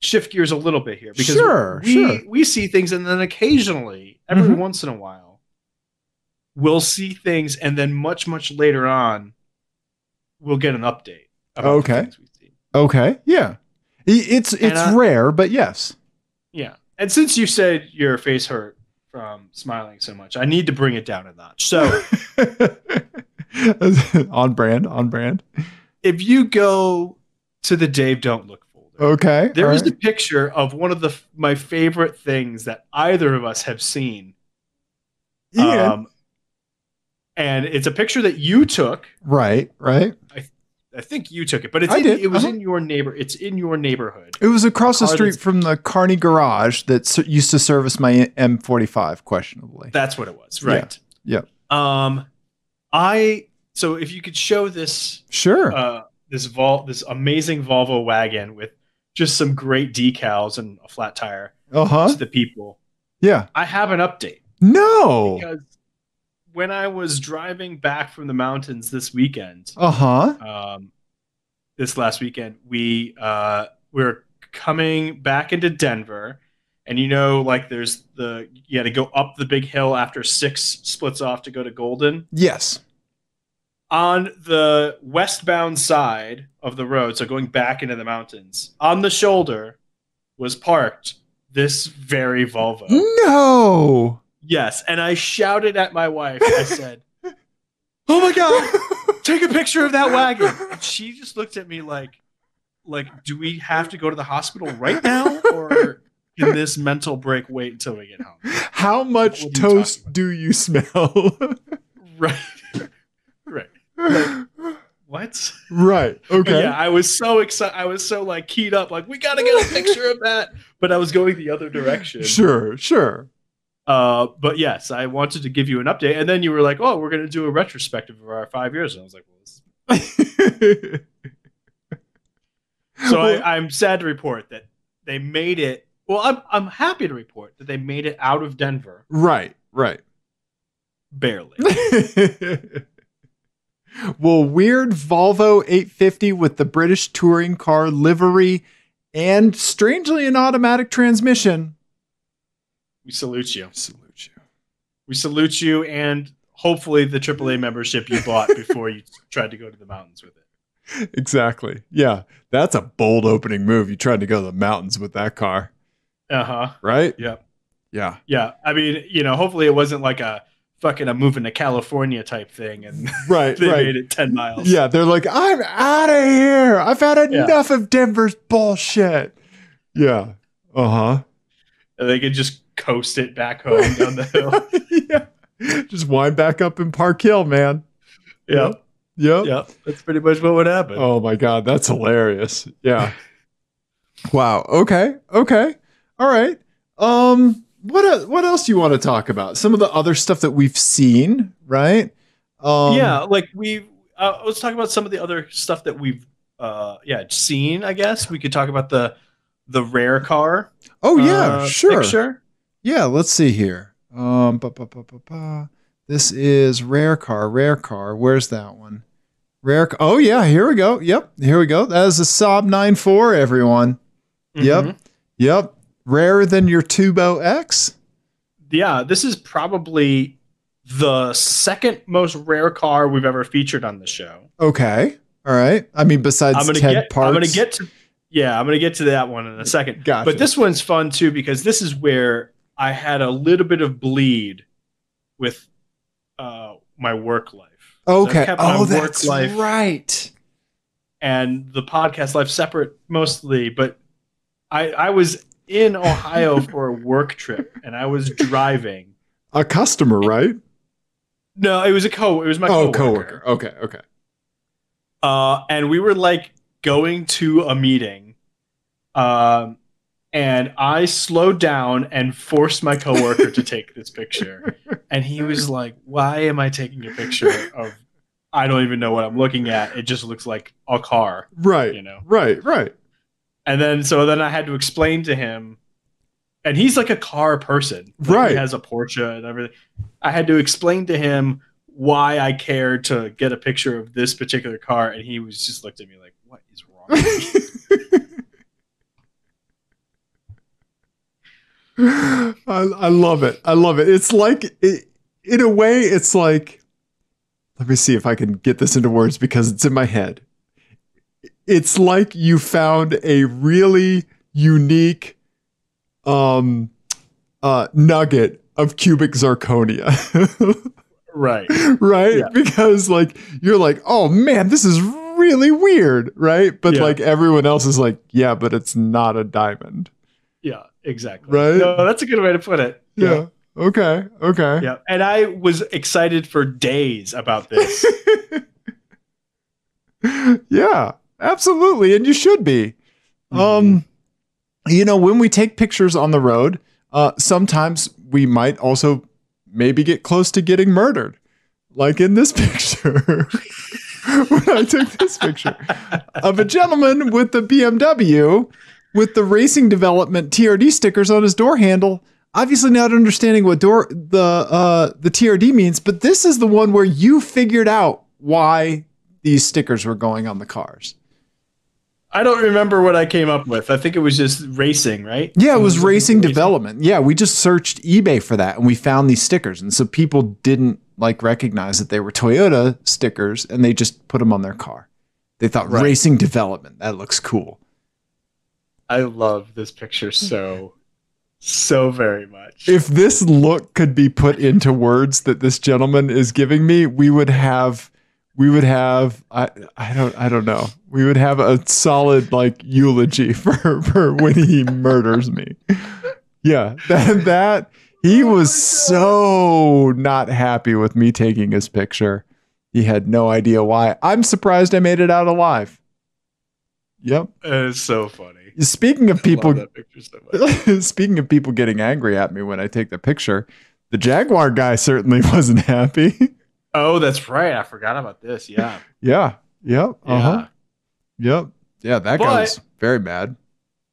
B: shift gears a little bit here because
A: Sure,
B: we
A: sure.
B: we see things, and then occasionally, every
A: Mhm.
B: once in a while, we'll see things, and then much much later on, we'll get an update. the
A: Okay.
B: things we see.
A: okay. Yeah. I- It's it's
B: I-
A: rare, but yes.
B: Yeah. And since you said your face hurt from smiling so much, I need to bring it down a notch. So
A: on brand. On brand.
B: if you go to the Dave Don't Look folder,
A: Okay.
B: There
A: all
B: is
A: right.
B: a picture of one of the my favorite things that either of us have seen. um,
A: Ian.
B: and it's a picture that you took.
A: right, right.
B: I think you took it, but it's
A: I
B: in,
A: did,
B: it was
A: uh-huh.
B: in your neighbor. It's in your neighborhood.
A: It was across the
B: Car
A: street
B: that's-
A: from the Carney garage that s- used to service my M45, questionably.
B: That's what it was,
A: Yeah,
B: right?
A: yeah.
B: Um, I so if you could show this
A: sure.
B: uh this vol this amazing Volvo wagon with just some great decals and a flat tire
A: Uh huh.
B: to the people.
A: Yeah.
B: I have an update.
A: No.
B: because when I was driving back from the mountains this weekend,
A: Uh huh.
B: um, this last weekend, we uh, we were coming back into Denver, and you know, like there's the you had to go up the big hill after six splits off to go to Golden
A: Yes.
B: on the westbound side of the road. So going back into the mountains on the shoulder was parked this very Volvo.
A: Hmm. No.
B: Yes, and I shouted at my wife. I said, "Oh my god, take a picture of that wagon!" And she just looked at me like, "Like, do we have to go to the hospital right now, or can this mental break wait until we get home?"
A: How
B: What
A: much
B: are you
A: toast do you smell?
B: Right, right. What?
A: right. Okay.
B: Yeah, I was so excited. I was so like keyed up. Like, we gotta get a picture of that. But I was going the other direction.
A: Sure. Sure.
B: Uh, but yes, I wanted to give you an update, and then you were like, "Oh, we're gonna do a retrospective of our five years," and I was like, "Well." This So I, I'm sad to report that they made it. Well, I'm I'm happy to report that they made it out of Denver
A: right. Right.
B: barely.
A: well, weird Volvo 850 with the British touring car livery and strangely an automatic transmission.
B: We salute you.
A: Salute you.
B: We salute you, and hopefully the AAA membership you bought before you tried to go to the mountains with it.
A: Exactly. Yeah. That's a bold opening move. You tried to go to the mountains with that car,
B: Uh huh.
A: right?
B: Yep.
A: Yeah.
B: Yeah. I mean, you know, hopefully it wasn't like a fucking I'm moving to California type thing, and
A: Right.
B: they
A: right.
B: made it ten miles.
A: Yeah. They're like, I'm out of here. I've had
B: Yeah.
A: enough of Denver's bullshit. Yeah. Uh huh.
B: And they could just coast it back home down the hill.
A: yeah. Just wind back up in Park Hill, man.
B: yep.
A: Yep.
B: Yep. That's pretty much what would happen.
A: Oh my god, that's hilarious. Yeah. wow. Okay. Okay. All right. Um what el- what else do you want to talk about? Some of the other stuff that we've seen, right? Um
B: yeah, like we uh, let's talk about some of the other stuff that we've uh yeah, seen, I guess. We could talk about the the rare car.
A: Oh yeah,
B: uh,
A: sure.
B: Picture.
A: yeah, let's see here. Um, ba, ba, ba, ba, ba. This is rare car, rare car. Where's that one? Rare. Ca- oh yeah, here we go. Yep, here we go. That is a Saab 9.4, everyone. Yep,
B: Mhm.
A: yep. Rarer than your Tubo X.
B: Yeah, this is probably the second most rare car we've ever featured on the show.
A: Okay, all right. I mean, besides
B: I'm gonna
A: Ted
B: get.
A: Parts.
B: I'm gonna get to. Yeah, I'm gonna get to that one in a second.
A: Gotcha.
B: But this one's fun too because this is where I had a little bit of bleed with uh, my work life. So I
A: Okay.
B: kept my
A: Oh,
B: work
A: that's
B: life
A: right.
B: and the podcast life separate mostly, but I I was in Ohio for a work trip and I was driving.
A: A customer, right?
B: No, it was a co it was my
A: oh,
B: coworker.
A: coworker. Okay, okay.
B: Uh and we were like going to a meeting. Um and I slowed down and forced my coworker to take this picture. And he was like, "Why am I taking a picture of I don't even know what I'm looking at. It just looks like a car,
A: Right,
B: you know."
A: right, right.
B: And then so then I had to explain to him, and he's like a car person, Like,
A: Right.
B: He has a Porsche and everything. I had to explain to him why I cared to get a picture of this particular car, and he was just looked at me like, "What is wrong?" with you?"
A: I, I love it. I love it. It's like, it, in a way, it's like, let me see if I can get this into words because it's in my head. It's like you found a really unique um, uh, nugget of cubic zirconia.
B: right.
A: right?
B: Yeah.
A: Because like you're like, oh man, this is really weird, right? But
B: Yeah.
A: like everyone else is like, yeah, but it's not a diamond.
B: Yeah. Exactly.
A: Right?
B: No, that's a good way to put it.
A: Yeah. Okay. Okay.
B: Yeah. And I was excited for days about this.
A: Yeah. Absolutely. And you should be. Um, you know, when we take pictures on the road, uh, sometimes we might also maybe get close to getting murdered, like in this picture. when I took this picture of a gentleman with the BMW with the racing development TRD stickers on his door handle. Obviously, not understanding what door the uh, the TRD means, but this is the one where you figured out why these stickers were going on the cars.
B: I don't remember what I came up with. I think it was just racing, right?
A: Yeah, it was
B: Something
A: racing development. Yeah, we just searched eBay for that and we found these stickers. And so people didn't like recognize that they were Toyota stickers and they just put them on their car. They thought
B: Right.
A: racing development, that looks cool.
B: I love this picture so, so very much.
A: If this look could be put into words that this gentleman is giving me, we would have we would have I, I don't I don't know. We would have a solid like eulogy for, for when he murders me. Yeah. That that he
B: Oh my
A: was
B: God.
A: so not happy with me taking his picture. He had no idea why. I'm surprised I made it out alive. Yep.
B: it's so funny.
A: Speaking of people
B: Love that picture so much.
A: Speaking of people getting angry at me when I take the picture, the Jaguar guy certainly wasn't happy.
B: Oh, that's right. I forgot about this. Yeah.
A: yeah. Yep.
B: Yeah.
A: Uh huh. Yep. Yeah. That guy
B: But-
A: was very mad.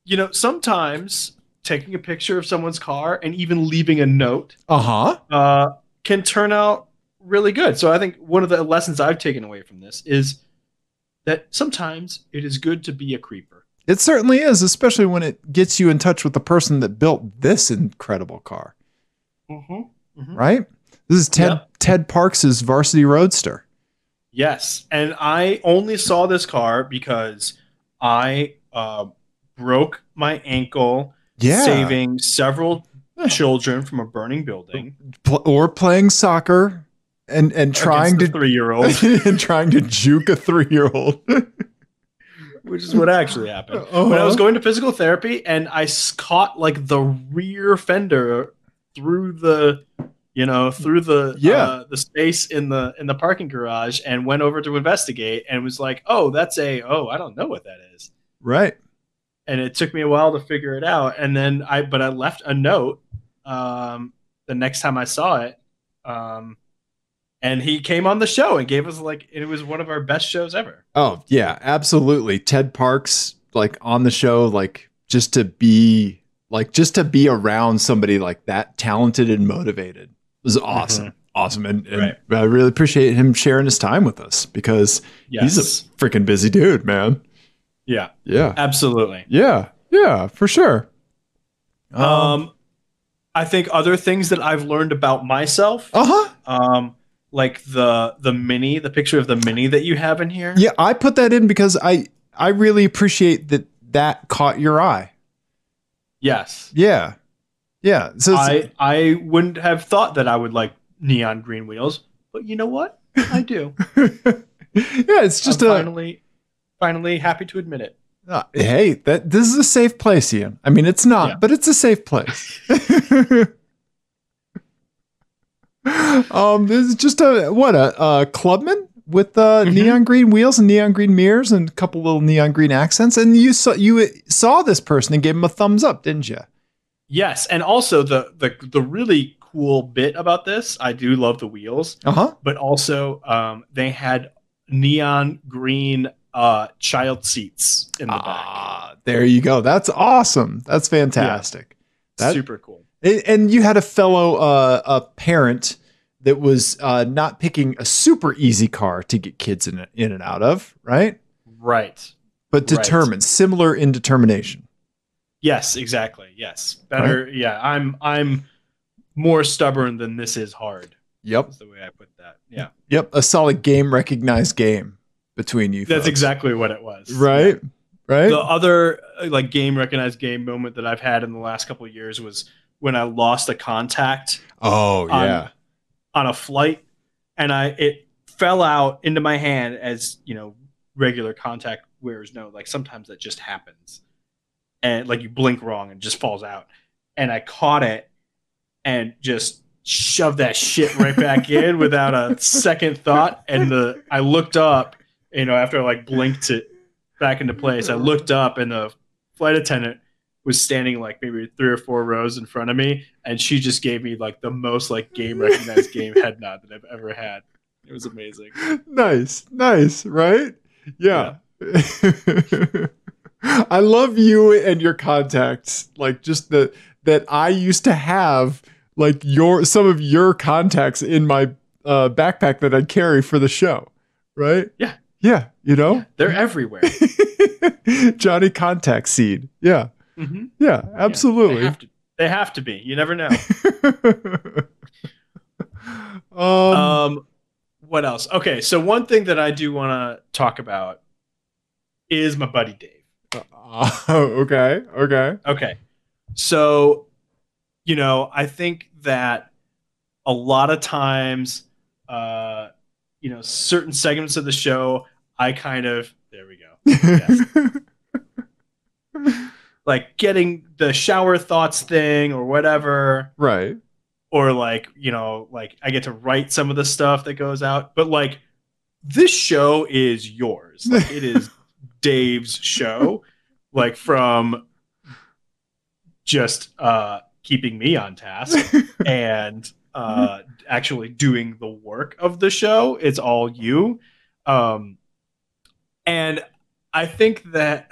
B: You know, sometimes taking a picture of someone's car and even leaving a note
A: Uh huh.
B: uh, can turn out really good. So I think one of the lessons I've taken away from this is that sometimes it is good to be a creeper.
A: It certainly is, especially when it gets you in touch with the person that built this incredible car,
B: Mm-hmm. Mm-hmm.
A: right? This is Ted
B: Yep.
A: Ted Parks's Varsity Roadster.
B: Yes, and I only saw this car because I uh, broke my ankle
A: Yeah.
B: saving several children from a burning building.
A: Pl- or playing soccer and and trying to
B: three year old,
A: and trying to juke a three year old.
B: which is what actually
A: Uh-huh.
B: happened. But I was going to physical therapy, and I s- caught like the rear fender through the, you know, through the
A: Yeah.
B: uh, the space in the in the parking garage, and went over to investigate, and was like, oh, that's a oh, I don't know what that is.
A: right.
B: and it took me a while to figure it out and then i but i left a note um the next time i saw it um and he came on the show and gave us like it was one of our best shows ever
A: Oh yeah, absolutely. Ted Parks like on the show, like just to be Like just to be around somebody like that talented and motivated was awesome. Awesome. And, and
B: Mm-hmm. Right.
A: I really appreciate him sharing his time with us because
B: Yes.
A: he's a freaking busy dude, man.
B: yeah.
A: Yeah.
B: Absolutely.
A: Yeah. Yeah, for sure. Oh.
B: Um, I think other things that I've learned about myself,
A: uh-huh.
B: um, like the the mini, the picture of the mini that you have in here.
A: Yeah, I put that in because I I really appreciate that that caught your eye.
B: Yes.
A: Yeah. Yeah. So it's-
B: I I wouldn't have thought that I would like neon green wheels, but you know what? I do.
A: yeah, it's just
B: I'm
A: a
B: finally finally happy to admit it.
A: Uh, hey, that this is a safe place, Ian. I mean, it's not,
B: Yeah.
A: but it's a safe place. um, this is just a what a, uh clubman with uh,
B: Mhm.
A: neon green wheels and neon green mirrors and a couple little neon green accents. And you saw you saw this person and gave him a thumbs up, didn't you?
B: Yes, and also the the the really cool bit about this, I do love the wheels,
A: Uh huh.
B: but also um, they had neon green uh, child seats in the back.
A: Ah, there you go. That's awesome. That's fantastic. that-
B: Super cool.
A: And- And you had a fellow uh, a parent that was uh, not picking a super easy car to get kids in, in and out of, right?
B: Right.
A: But
B: Right.
A: determined, similar in determination.
B: Yes, exactly. Yes. Better yeah, I'm I'm more stubborn than this is hard.
A: Yep.
B: That's the way I put that. Yeah.
A: Yep. A solid game, recognized game between you.
B: That's
A: folks.
B: exactly what it was.
A: right. Right.
B: The other uh, like game recognized game moment that I've had in the last couple of years was when I lost a contact
A: oh
B: on-
A: yeah.
B: on a flight and I it fell out into my hand as, you know, regular contact wearers know. Like sometimes that just happens. And like you blink wrong and it just falls out. And I caught it and just shoved that shit right back in without a second thought. And the I looked up, you know, after I like blinked it back into place, I looked up and the flight attendant was standing like maybe three or four rows in front of me, and she just gave me like the most like game recognized game head nod that I've ever had. It was amazing.
A: nice. Nice. Right. Yeah. I love you and your contacts. Like just the that I used to have like your some of your contacts in my uh, backpack that I'd carry for the show. Right.
B: Yeah.
A: Yeah. You know.
B: They're everywhere.
A: Johnny contact seed. Yeah.
B: Mhm.
A: Yeah,
B: They
A: absolutely.
B: have to. They have to be. You never know.
A: um,
B: um, what else? Okay, so one thing that I do want to talk about is my buddy Dave.
A: oh, okay, okay.
B: Okay. So, you know, I think that a lot of times, uh, you know, certain segments of the show, I kind of, there we go, like getting the shower thoughts thing or whatever,
A: right.
B: or like, you know, like I get to write some of the stuff that goes out. But like, this show is yours. Like, it is Dave's show, like from just uh, keeping me on task and uh, actually doing the work of the show. It's all you. Um, and I think that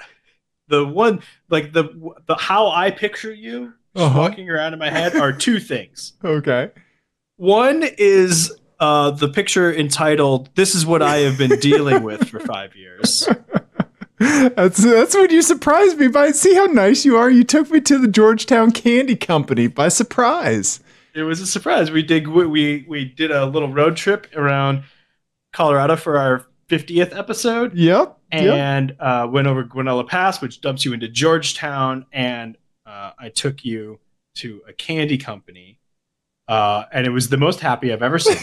B: the one, like the the how I picture you just
A: Uh-huh.
B: walking around in my head are two things.
A: Okay.
B: One is uh, the picture entitled "This is what I have been dealing with for five years."
A: That's that's when you surprised me by see how nice you are. You took me to the Georgetown Candy Company by surprise.
B: it was a surprise. We did we- we we did a little road trip around Colorado for our 50th episode
A: Yep. yep.
B: and uh, went over Guanella Pass, which dumps you into Georgetown. And uh, I took you to a candy company, uh, and it was the most happy I've ever seen.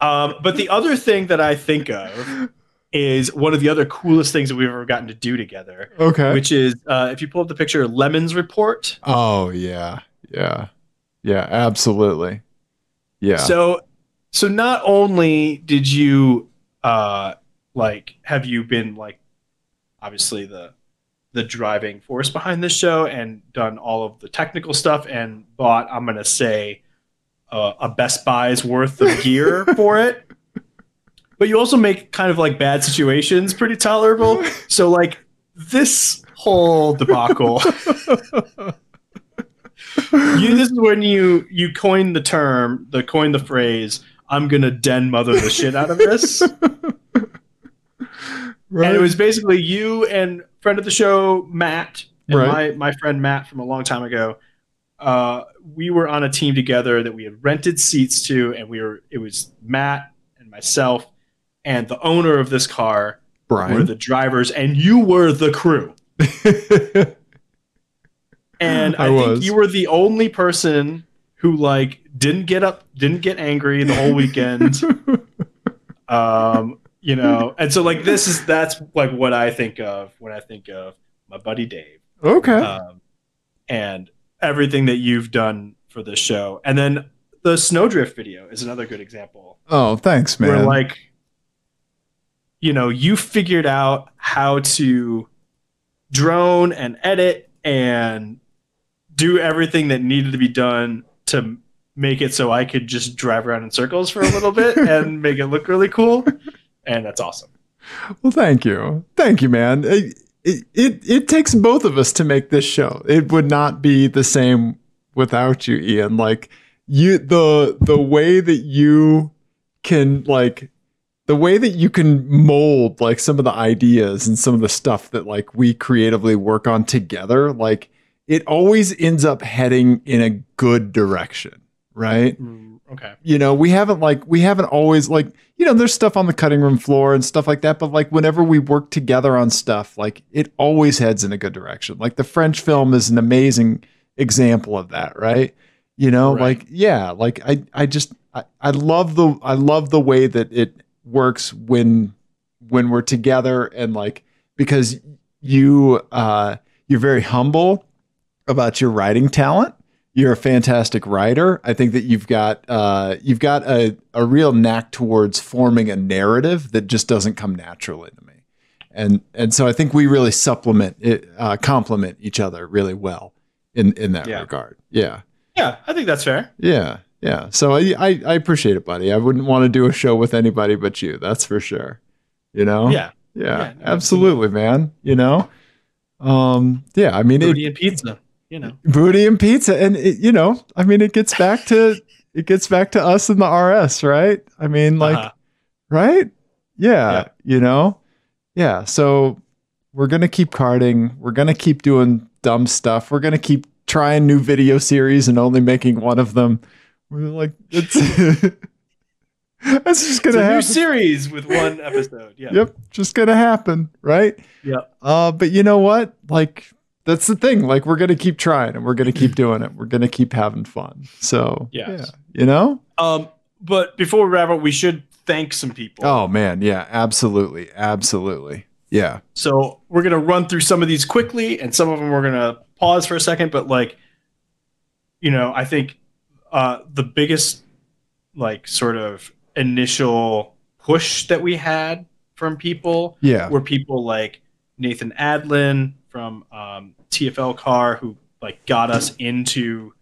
B: um, but the other thing that I think of is one of the other coolest things that we've ever gotten to do together,
A: Okay.
B: which is uh, if you pull up the picture, Lemons Report.
A: oh yeah. Yeah. Yeah, absolutely. Yeah.
B: So, so not only did you uh like have you been like obviously the the driving force behind this show and done all of the technical stuff and bought I'm gonna say uh, a Best Buy's worth of gear for it. But you also make kind of like bad situations pretty tolerable. So like this whole debacle. you, this is when you you coined the term, the coined the phrase. I'm gonna den mother the shit out of this.
A: right.
B: And it was basically you and friend of the show, Matt, and
A: Right.
B: my, my friend Matt from a long time ago. Uh, we were on a team together that we had rented seats to, and we were it was Matt and myself and the owner of this car were
A: Brian.
B: the drivers, and you were the crew. And
A: I
B: I, think
A: was.
B: you were the only person who like didn't get up, didn't get angry the whole weekend. um you know and so like this is that's like what i think of when i think of my buddy dave
A: okay.
B: um, and everything that you've done for this show and then the snowdrift video is another good example
A: oh, thanks, man.
B: where like you know you figured out how to drone and edit and do everything that needed to be done to make it so i could just drive around in circles for a little bit and make it look really cool and that's awesome
A: Well, thank you. Thank you, man. It, it, it, it takes both of us to make this show. It would not be the same without you, Ian. Like you the the way that you can like the way that you can mold like some of the ideas and some of the stuff that like we creatively work on together, like it always ends up heading in a good direction, right?
B: Mm, okay
A: you know we haven't like we haven't always like you know there's stuff on the cutting room floor and stuff like that but like whenever we work together on stuff like it always heads in a good direction like the french film is an amazing example of that right you know
B: Right.
A: like yeah like i i just I, I love the i love the way that it works when when we're together and like because you uh you're very humble about your writing talent you're a fantastic writer. I think that you've got uh, you've got a, a real knack towards forming a narrative that just doesn't come naturally to me, and and so I think we really supplement it, uh, complement each other really well in in that
B: Yeah.
A: regard. Yeah,
B: yeah i think that's fair
A: yeah, yeah. So I, I I appreciate it, buddy. I wouldn't want to do a show with anybody but you. That's for sure. You know.
B: yeah
A: Yeah.
B: Yeah, no,
A: absolutely, man. You know. Um. Yeah. I mean, it,
B: booty and pizza you know
A: booty and pizza and it, you know i mean it gets back to it gets back to us and the rs right i mean like
B: Uh-huh.
A: right yeah,
B: Yeah.
A: you know yeah so we're gonna keep carding we're gonna keep doing dumb stuff we're gonna keep trying new video series and only making one of them we're like it's that's just
B: it's
A: gonna
B: a new
A: happen
B: series with one episode yeah
A: Yep, just gonna happen, right?
B: Yep.
A: Uh, but you know what? Like that's the thing. Like we're gonna keep trying and we're gonna keep doing it. We're gonna keep having fun. So
B: Mm-hmm. Yes.
A: yeah, you know.
B: Um, but before we wrap up, we should thank some people.
A: Oh man, yeah, absolutely, absolutely, yeah.
B: So we're gonna run through some of these quickly, and some of them we're gonna pause for a second. But like, you know, I think uh, the biggest like sort of initial push that we had from people
A: Yeah.
B: were people like Nathan Adlin from um, TFL Car, who like got us into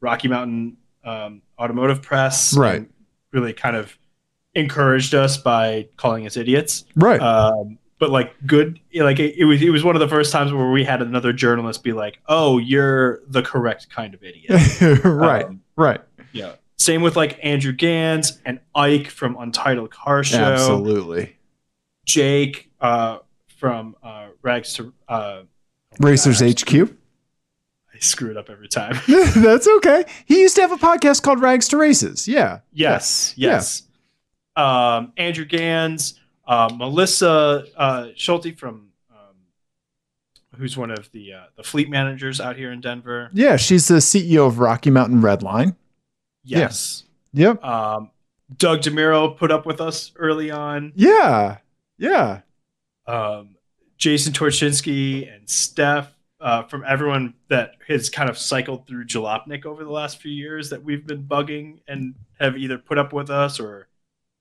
B: Rocky Mountain um, Automotive Press,
A: Right.
B: and Really, kind of encouraged us by calling us idiots.
A: Right.
B: Um, but like good, like it, it was it was one of the first times where we had another journalist be like, "Oh, you're the correct kind of idiot."
A: right.
B: Um,
A: right.
B: yeah. Same with like Andrew Gans and Ike from Untitled Car Show.
A: Absolutely.
B: Jake uh, from uh, Rags to uh, oh my
A: Racers
B: God, I-
A: HQ.
B: I screw it up every time.
A: That's okay. He used to have a podcast called Rags to Races. Yeah.
B: Yes,
A: Yeah.
B: yes. Um, Andrew Gans, uh, Melissa uh, Schulte from um, who's one of the uh, the fleet managers out here in Denver.
A: Yeah. She's the CEO of Rocky Mountain Redline. Yeah.
B: Yes.
A: Yep.
B: Um, Doug Demiro put up with us early on.
A: Yeah. Yeah.
B: Um, Jason Torchinski and Steph. Uh, from everyone that has kind of cycled through Jalopnik over the last few years that we've been bugging and have either put up with us or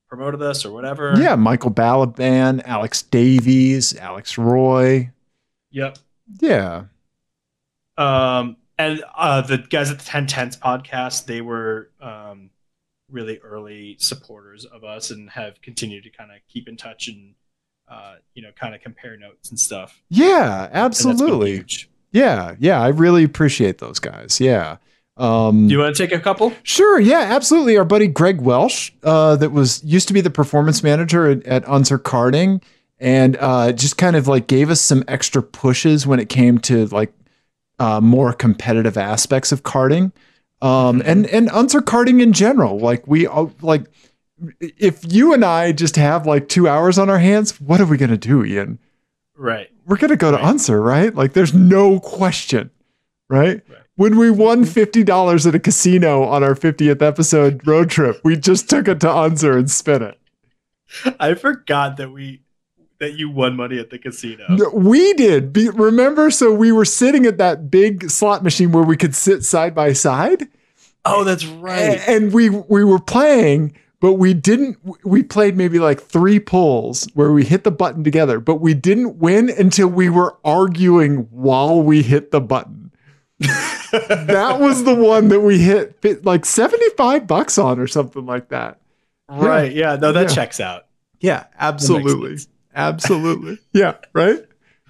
B: promoted us or whatever.
A: Yeah, Michael Balaban, Alex Davies, Alex Roy.
B: Yep.
A: Yeah.
B: um and uh the guys at the 10 tenths podcast they were um really early supporters of us and have continued to kind of keep in touch and uh, you know, kind of compare notes and stuff.
A: Yeah,
B: And that's been
A: absolutely.
B: huge.
A: Yeah, yeah. I really appreciate those guys. Yeah. Um,
B: Do you want to take a couple?
A: Sure, yeah, absolutely. Our buddy Greg Welsh, uh, that was used to be the performance manager at, at Unser Carding, and uh, just kind of like gave us some extra pushes when it came to like uh, more competitive aspects of karting, um, and and Unser Carding in general. Like we all- like if you and I just have like two hours on our hands, what are we gonna do, Ian?
B: Right.
A: We're gonna go to
B: Right.
A: Unser, right? Like there's no question, right?
B: Right.
A: when we won fifty dollars at a casino on our fiftieth episode road trip, we just took it to Unser and spent it.
B: I forgot that we that you won money at the casino.
A: No, We did. Be, remember? So we were sitting at that big slot machine where we could sit side by side,
B: Oh, that's
A: a-
B: right.
A: and we we were playing, but we didn't. We played maybe like three pulls where we hit the button together, but we didn't win until we were arguing while we hit the button. That was the one that we hit fit like seventy five bucks on or something like that.
B: right. Yeah. No, that
A: Yeah.
B: checks out.
A: Yeah, absolutely.
B: sense.
A: Absolutely. yeah, right?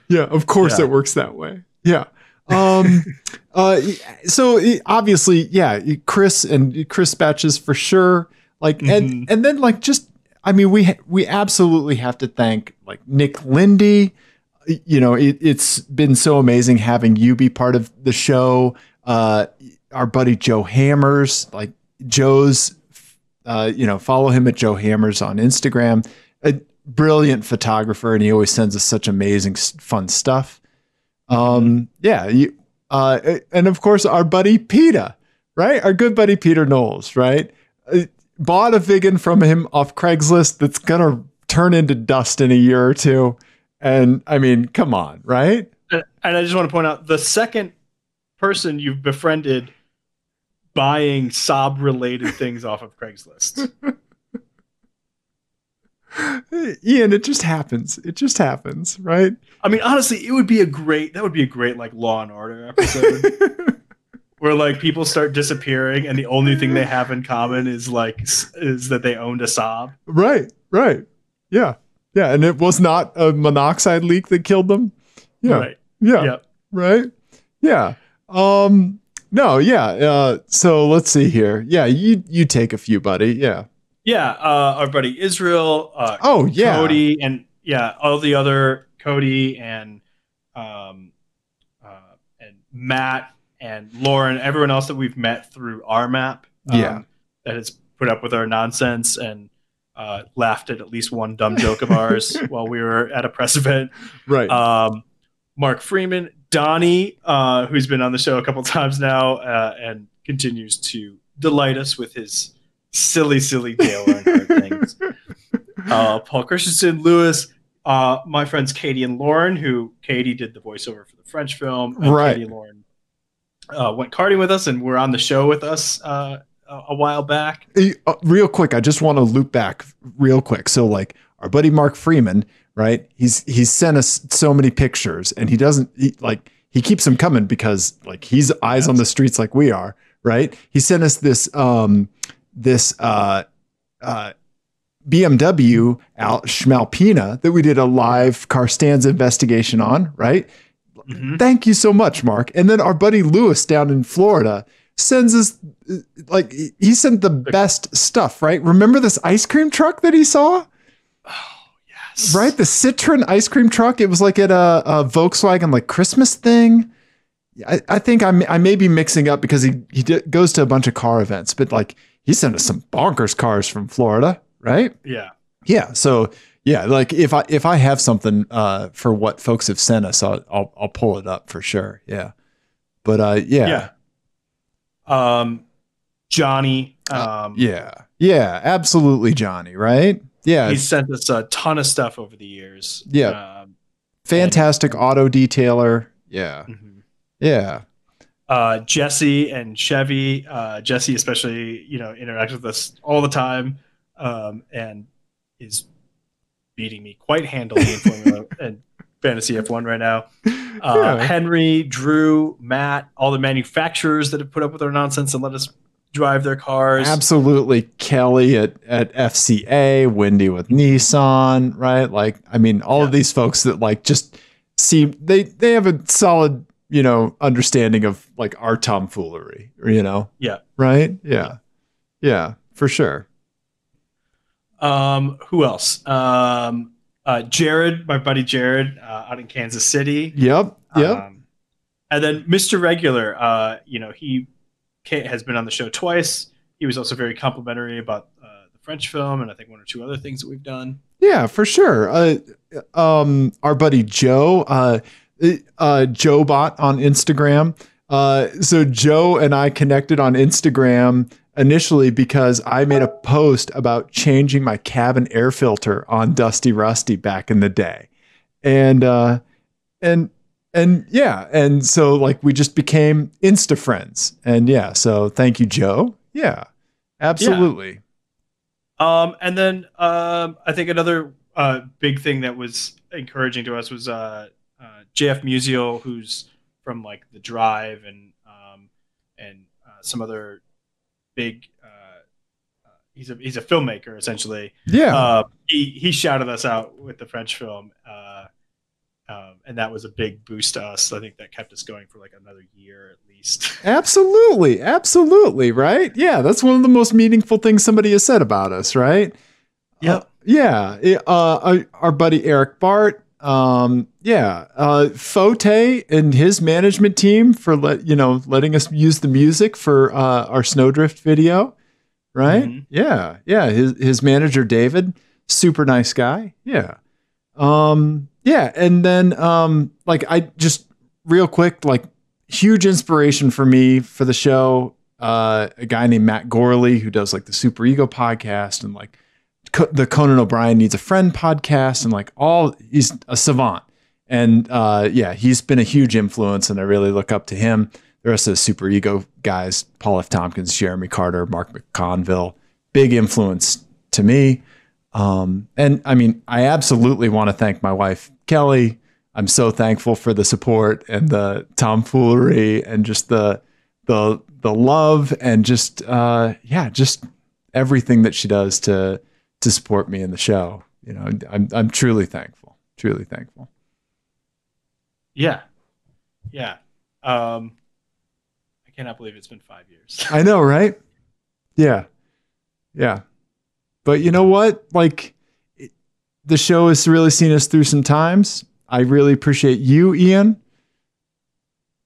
A: Yeah, of course
B: Yeah.
A: it works that way. Yeah. Um uh so eh, obviously, yeah, eh, Chris and Chris batches for sure. Like
B: Mhm.
A: and and then like just I mean, we ha- we absolutely have to thank like Nick Lindy. Eh, You know, it, it's been so amazing having you be part of the show. Uh our buddy Joe Hammers, like Joe's, uh, you know, follow him at Joe Hammers on Instagram. A brilliant photographer, and he always sends us such amazing, s- fun stuff. Um, yeah, you, uh, and of course our buddy Peter, right? Our good buddy Peter Knowles, right? Uh, bought a vegan from him off Craigslist that's gonna turn into dust in a year or two. And I mean, come on, right?
B: And, and I just want to point out the second person you've befriended buying sob related things off of Craigslist.
A: Uh, Ian, it just happens. It just happens, right?
B: I mean, honestly, it would be a great that would be a great like Law and Order episode where like people start disappearing and the only thing they have in common is like s- is that they owned a sob.
A: Right, right. Yeah. Yeah. And it was not a monoxide leak that killed them. Yeah.
B: Right.
A: Yeah.
B: Yep.
A: Right. Yeah. Um, no, yeah. Uh, so let's see here. Yeah, you you take a few, buddy. Yeah.
B: Yeah, uh, our buddy Israel, uh,
A: Oh yeah.
B: Cody, and yeah, all the other Cody and um, uh, and Matt and Lauren, everyone else that we've met through our map, um,
A: Yeah.
B: that has put up with our nonsense and uh, laughed at at least one dumb joke of ours while we were at a press event.
A: Right.
B: Um, Mark Freeman, Donnie, uh, who's been on the show a couple times now uh, and continues to delight us with his silly, silly Dale Earnhardt things uh, Paul Christensen, Lewis, uh, my friends Katie and Lauren, who Katie did the voiceover for the French film. and
A: Right.
B: Katie and Lauren uh, went karting with us and were on the show with us uh, a a while back.
A: Eh, uh, real quick, I just want to loop back real quick. So like our buddy Mark Freeman, right? He's he's sent us so many pictures, and he doesn't he, like he keeps them coming because like he's eyes on the streets like we are, right? He sent us this um this uh uh. BMW out Schmalpina that we did a live Carstans investigation on, right?
B: Mhm.
A: thank you so much, Mark. And then our buddy Lewis down in Florida sends us uh, like he- he sent the best stuff, right? Remember this ice cream truck that he saw?
B: Yes.
A: Right? The Citroen ice cream truck. It was like at a, a Volkswagen like Christmas thing. I, I think I'm, I may be mixing up because he, he d- goes to a bunch of car events, but like he sent us some bonkers cars from Florida, right?
B: Yeah.
A: Yeah. So yeah, like if I if I have something uh, for what folks have sent us, I'll, I'll I'll pull it up for sure. Yeah. But uh, yeah, yeah,
B: Yeah. Um, Johnny. Um,
A: yeah, absolutely, Johnny. Right? Yeah.
B: He's sent us a ton of stuff over the years.
A: Yeah.
B: Um,
A: fantastic auto detailer. Yeah.
B: mhm.
A: Yeah.
B: uh, Jesse and Chevy. Uh, Jesse, especially, you know, interacts with us all the time um, and is beating me quite handily in Formula and Fantasy F1 right now. Uh,
A: Yeah.
B: Henry, Drew, Matt, all the manufacturers that have put up with our nonsense and let us drive their cars.
A: Absolutely, Kelly at, at FCA, Wendy with Nissan, right? Like, I mean, all of
B: Yeah.
A: these folks that like just seem they they have a solid you know understanding of like our tomfoolery, you know?
B: Yeah.
A: Right. Yeah. Yeah. For sure.
B: Um, who else? Um, uh, Jared, my buddy Jared, uh, out in Kansas City.
A: Yep. Yep.
B: Um, and then Mr. Regular, uh, you know, he ca- has been on the show twice. He was also very complimentary about uh, the French film and I think one or two other things that we've done.
A: Yeah, for sure. Uh, um, our buddy Joe, uh, uh, Joe Bot on Instagram. Uh, so Joe and I connected on Instagram initially because I made a post about changing my cabin air filter on Dusty Rusty back in the day, and uh, and and yeah, and so like we just became Insta friends, and yeah. So thank you, Joe. Yeah, absolutely.
B: Um, and then um, I think another uh, big thing that was encouraging to us was uh, uh, JF Musial, who's from like The Drive and um, and uh, some other big. Uh, uh, he's a he's a filmmaker essentially.
A: Yeah.
B: Uh, he he shouted us out with the French film, uh, um, and that was a big boost to us. I think that kept us going for like another year at least.
A: Absolutely, absolutely, right? Yeah, that's one of the most meaningful things somebody has said about us, right?
B: Yep.
A: Uh, yeah, it- uh, our- our buddy Eric Bart. Um, yeah, uh, Fote and his management team for let you know letting us use the music for uh, our Snowdrift video, right?
B: Mhm.
A: Yeah, yeah. His his manager David, super nice guy. Yeah, um, yeah. And then um, like I just real quick like huge inspiration for me for the show. Uh, a guy named Matt Gorley who does like the Super Ego podcast and like Co- the Conan O'Brien Needs a Friend podcast and like all he's a savant. And uh, yeah, he's been a huge influence, and I really look up to him. The rest of the Super Ego guys, Paul F. Tompkins, Jeremy Carter, Mark McConville, big influence to me. Um, and I mean, I absolutely want to thank my wife, Kelly. I'm so thankful for the support and the tomfoolery and just the the the love and just uh, yeah, just everything that she does to to support me in the show. You know, I'm I'm truly thankful, truly thankful.
B: yeah, yeah. Um, I cannot believe it's been five years.
A: I know, right? Yeah, yeah. But you know what? Like, it, the show has really seen us through some times. I really appreciate you, Ian.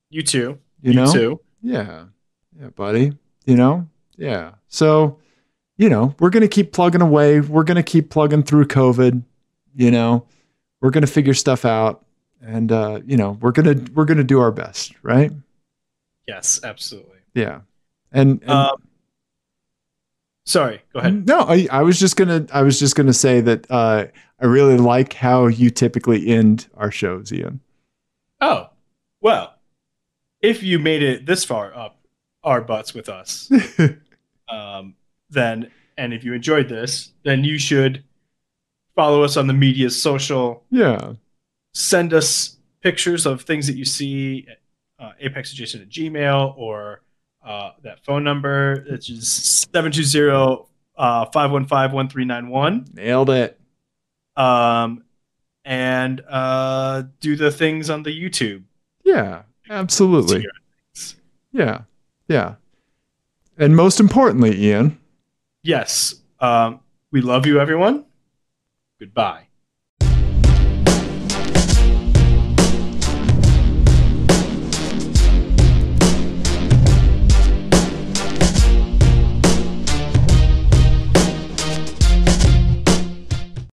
B: You too.
A: You, know,
B: too.
A: yeah, yeah, buddy. You know, yeah. So, you know, we're gonna keep plugging away. We're gonna keep plugging through COVID. You know, we're gonna figure stuff out, and uh, you know, we're gonna we're gonna do our best, right?
B: Yes, absolutely.
A: Yeah. And, and-
B: Um, sorry, go ahead.
A: no, I, I was just gonna I was just gonna say that uh, I really like how you typically end our shows, Ian.
B: Oh, well, if you made it this far up our butts with us, um, then and if you enjoyed this, then you should follow us on the media social.
A: Yeah.
B: Send us pictures of things that you see at uh, apexadjacent at Gmail or uh, that phone number, which is 720 515 1391.
A: Nailed it.
B: um, and uh, do the things on the YouTube.
A: Yeah. Absolutely.
B: tier.
A: Yeah. Yeah. And most importantly, Ian.
B: Yes. Um, we love you, everyone. Goodbye.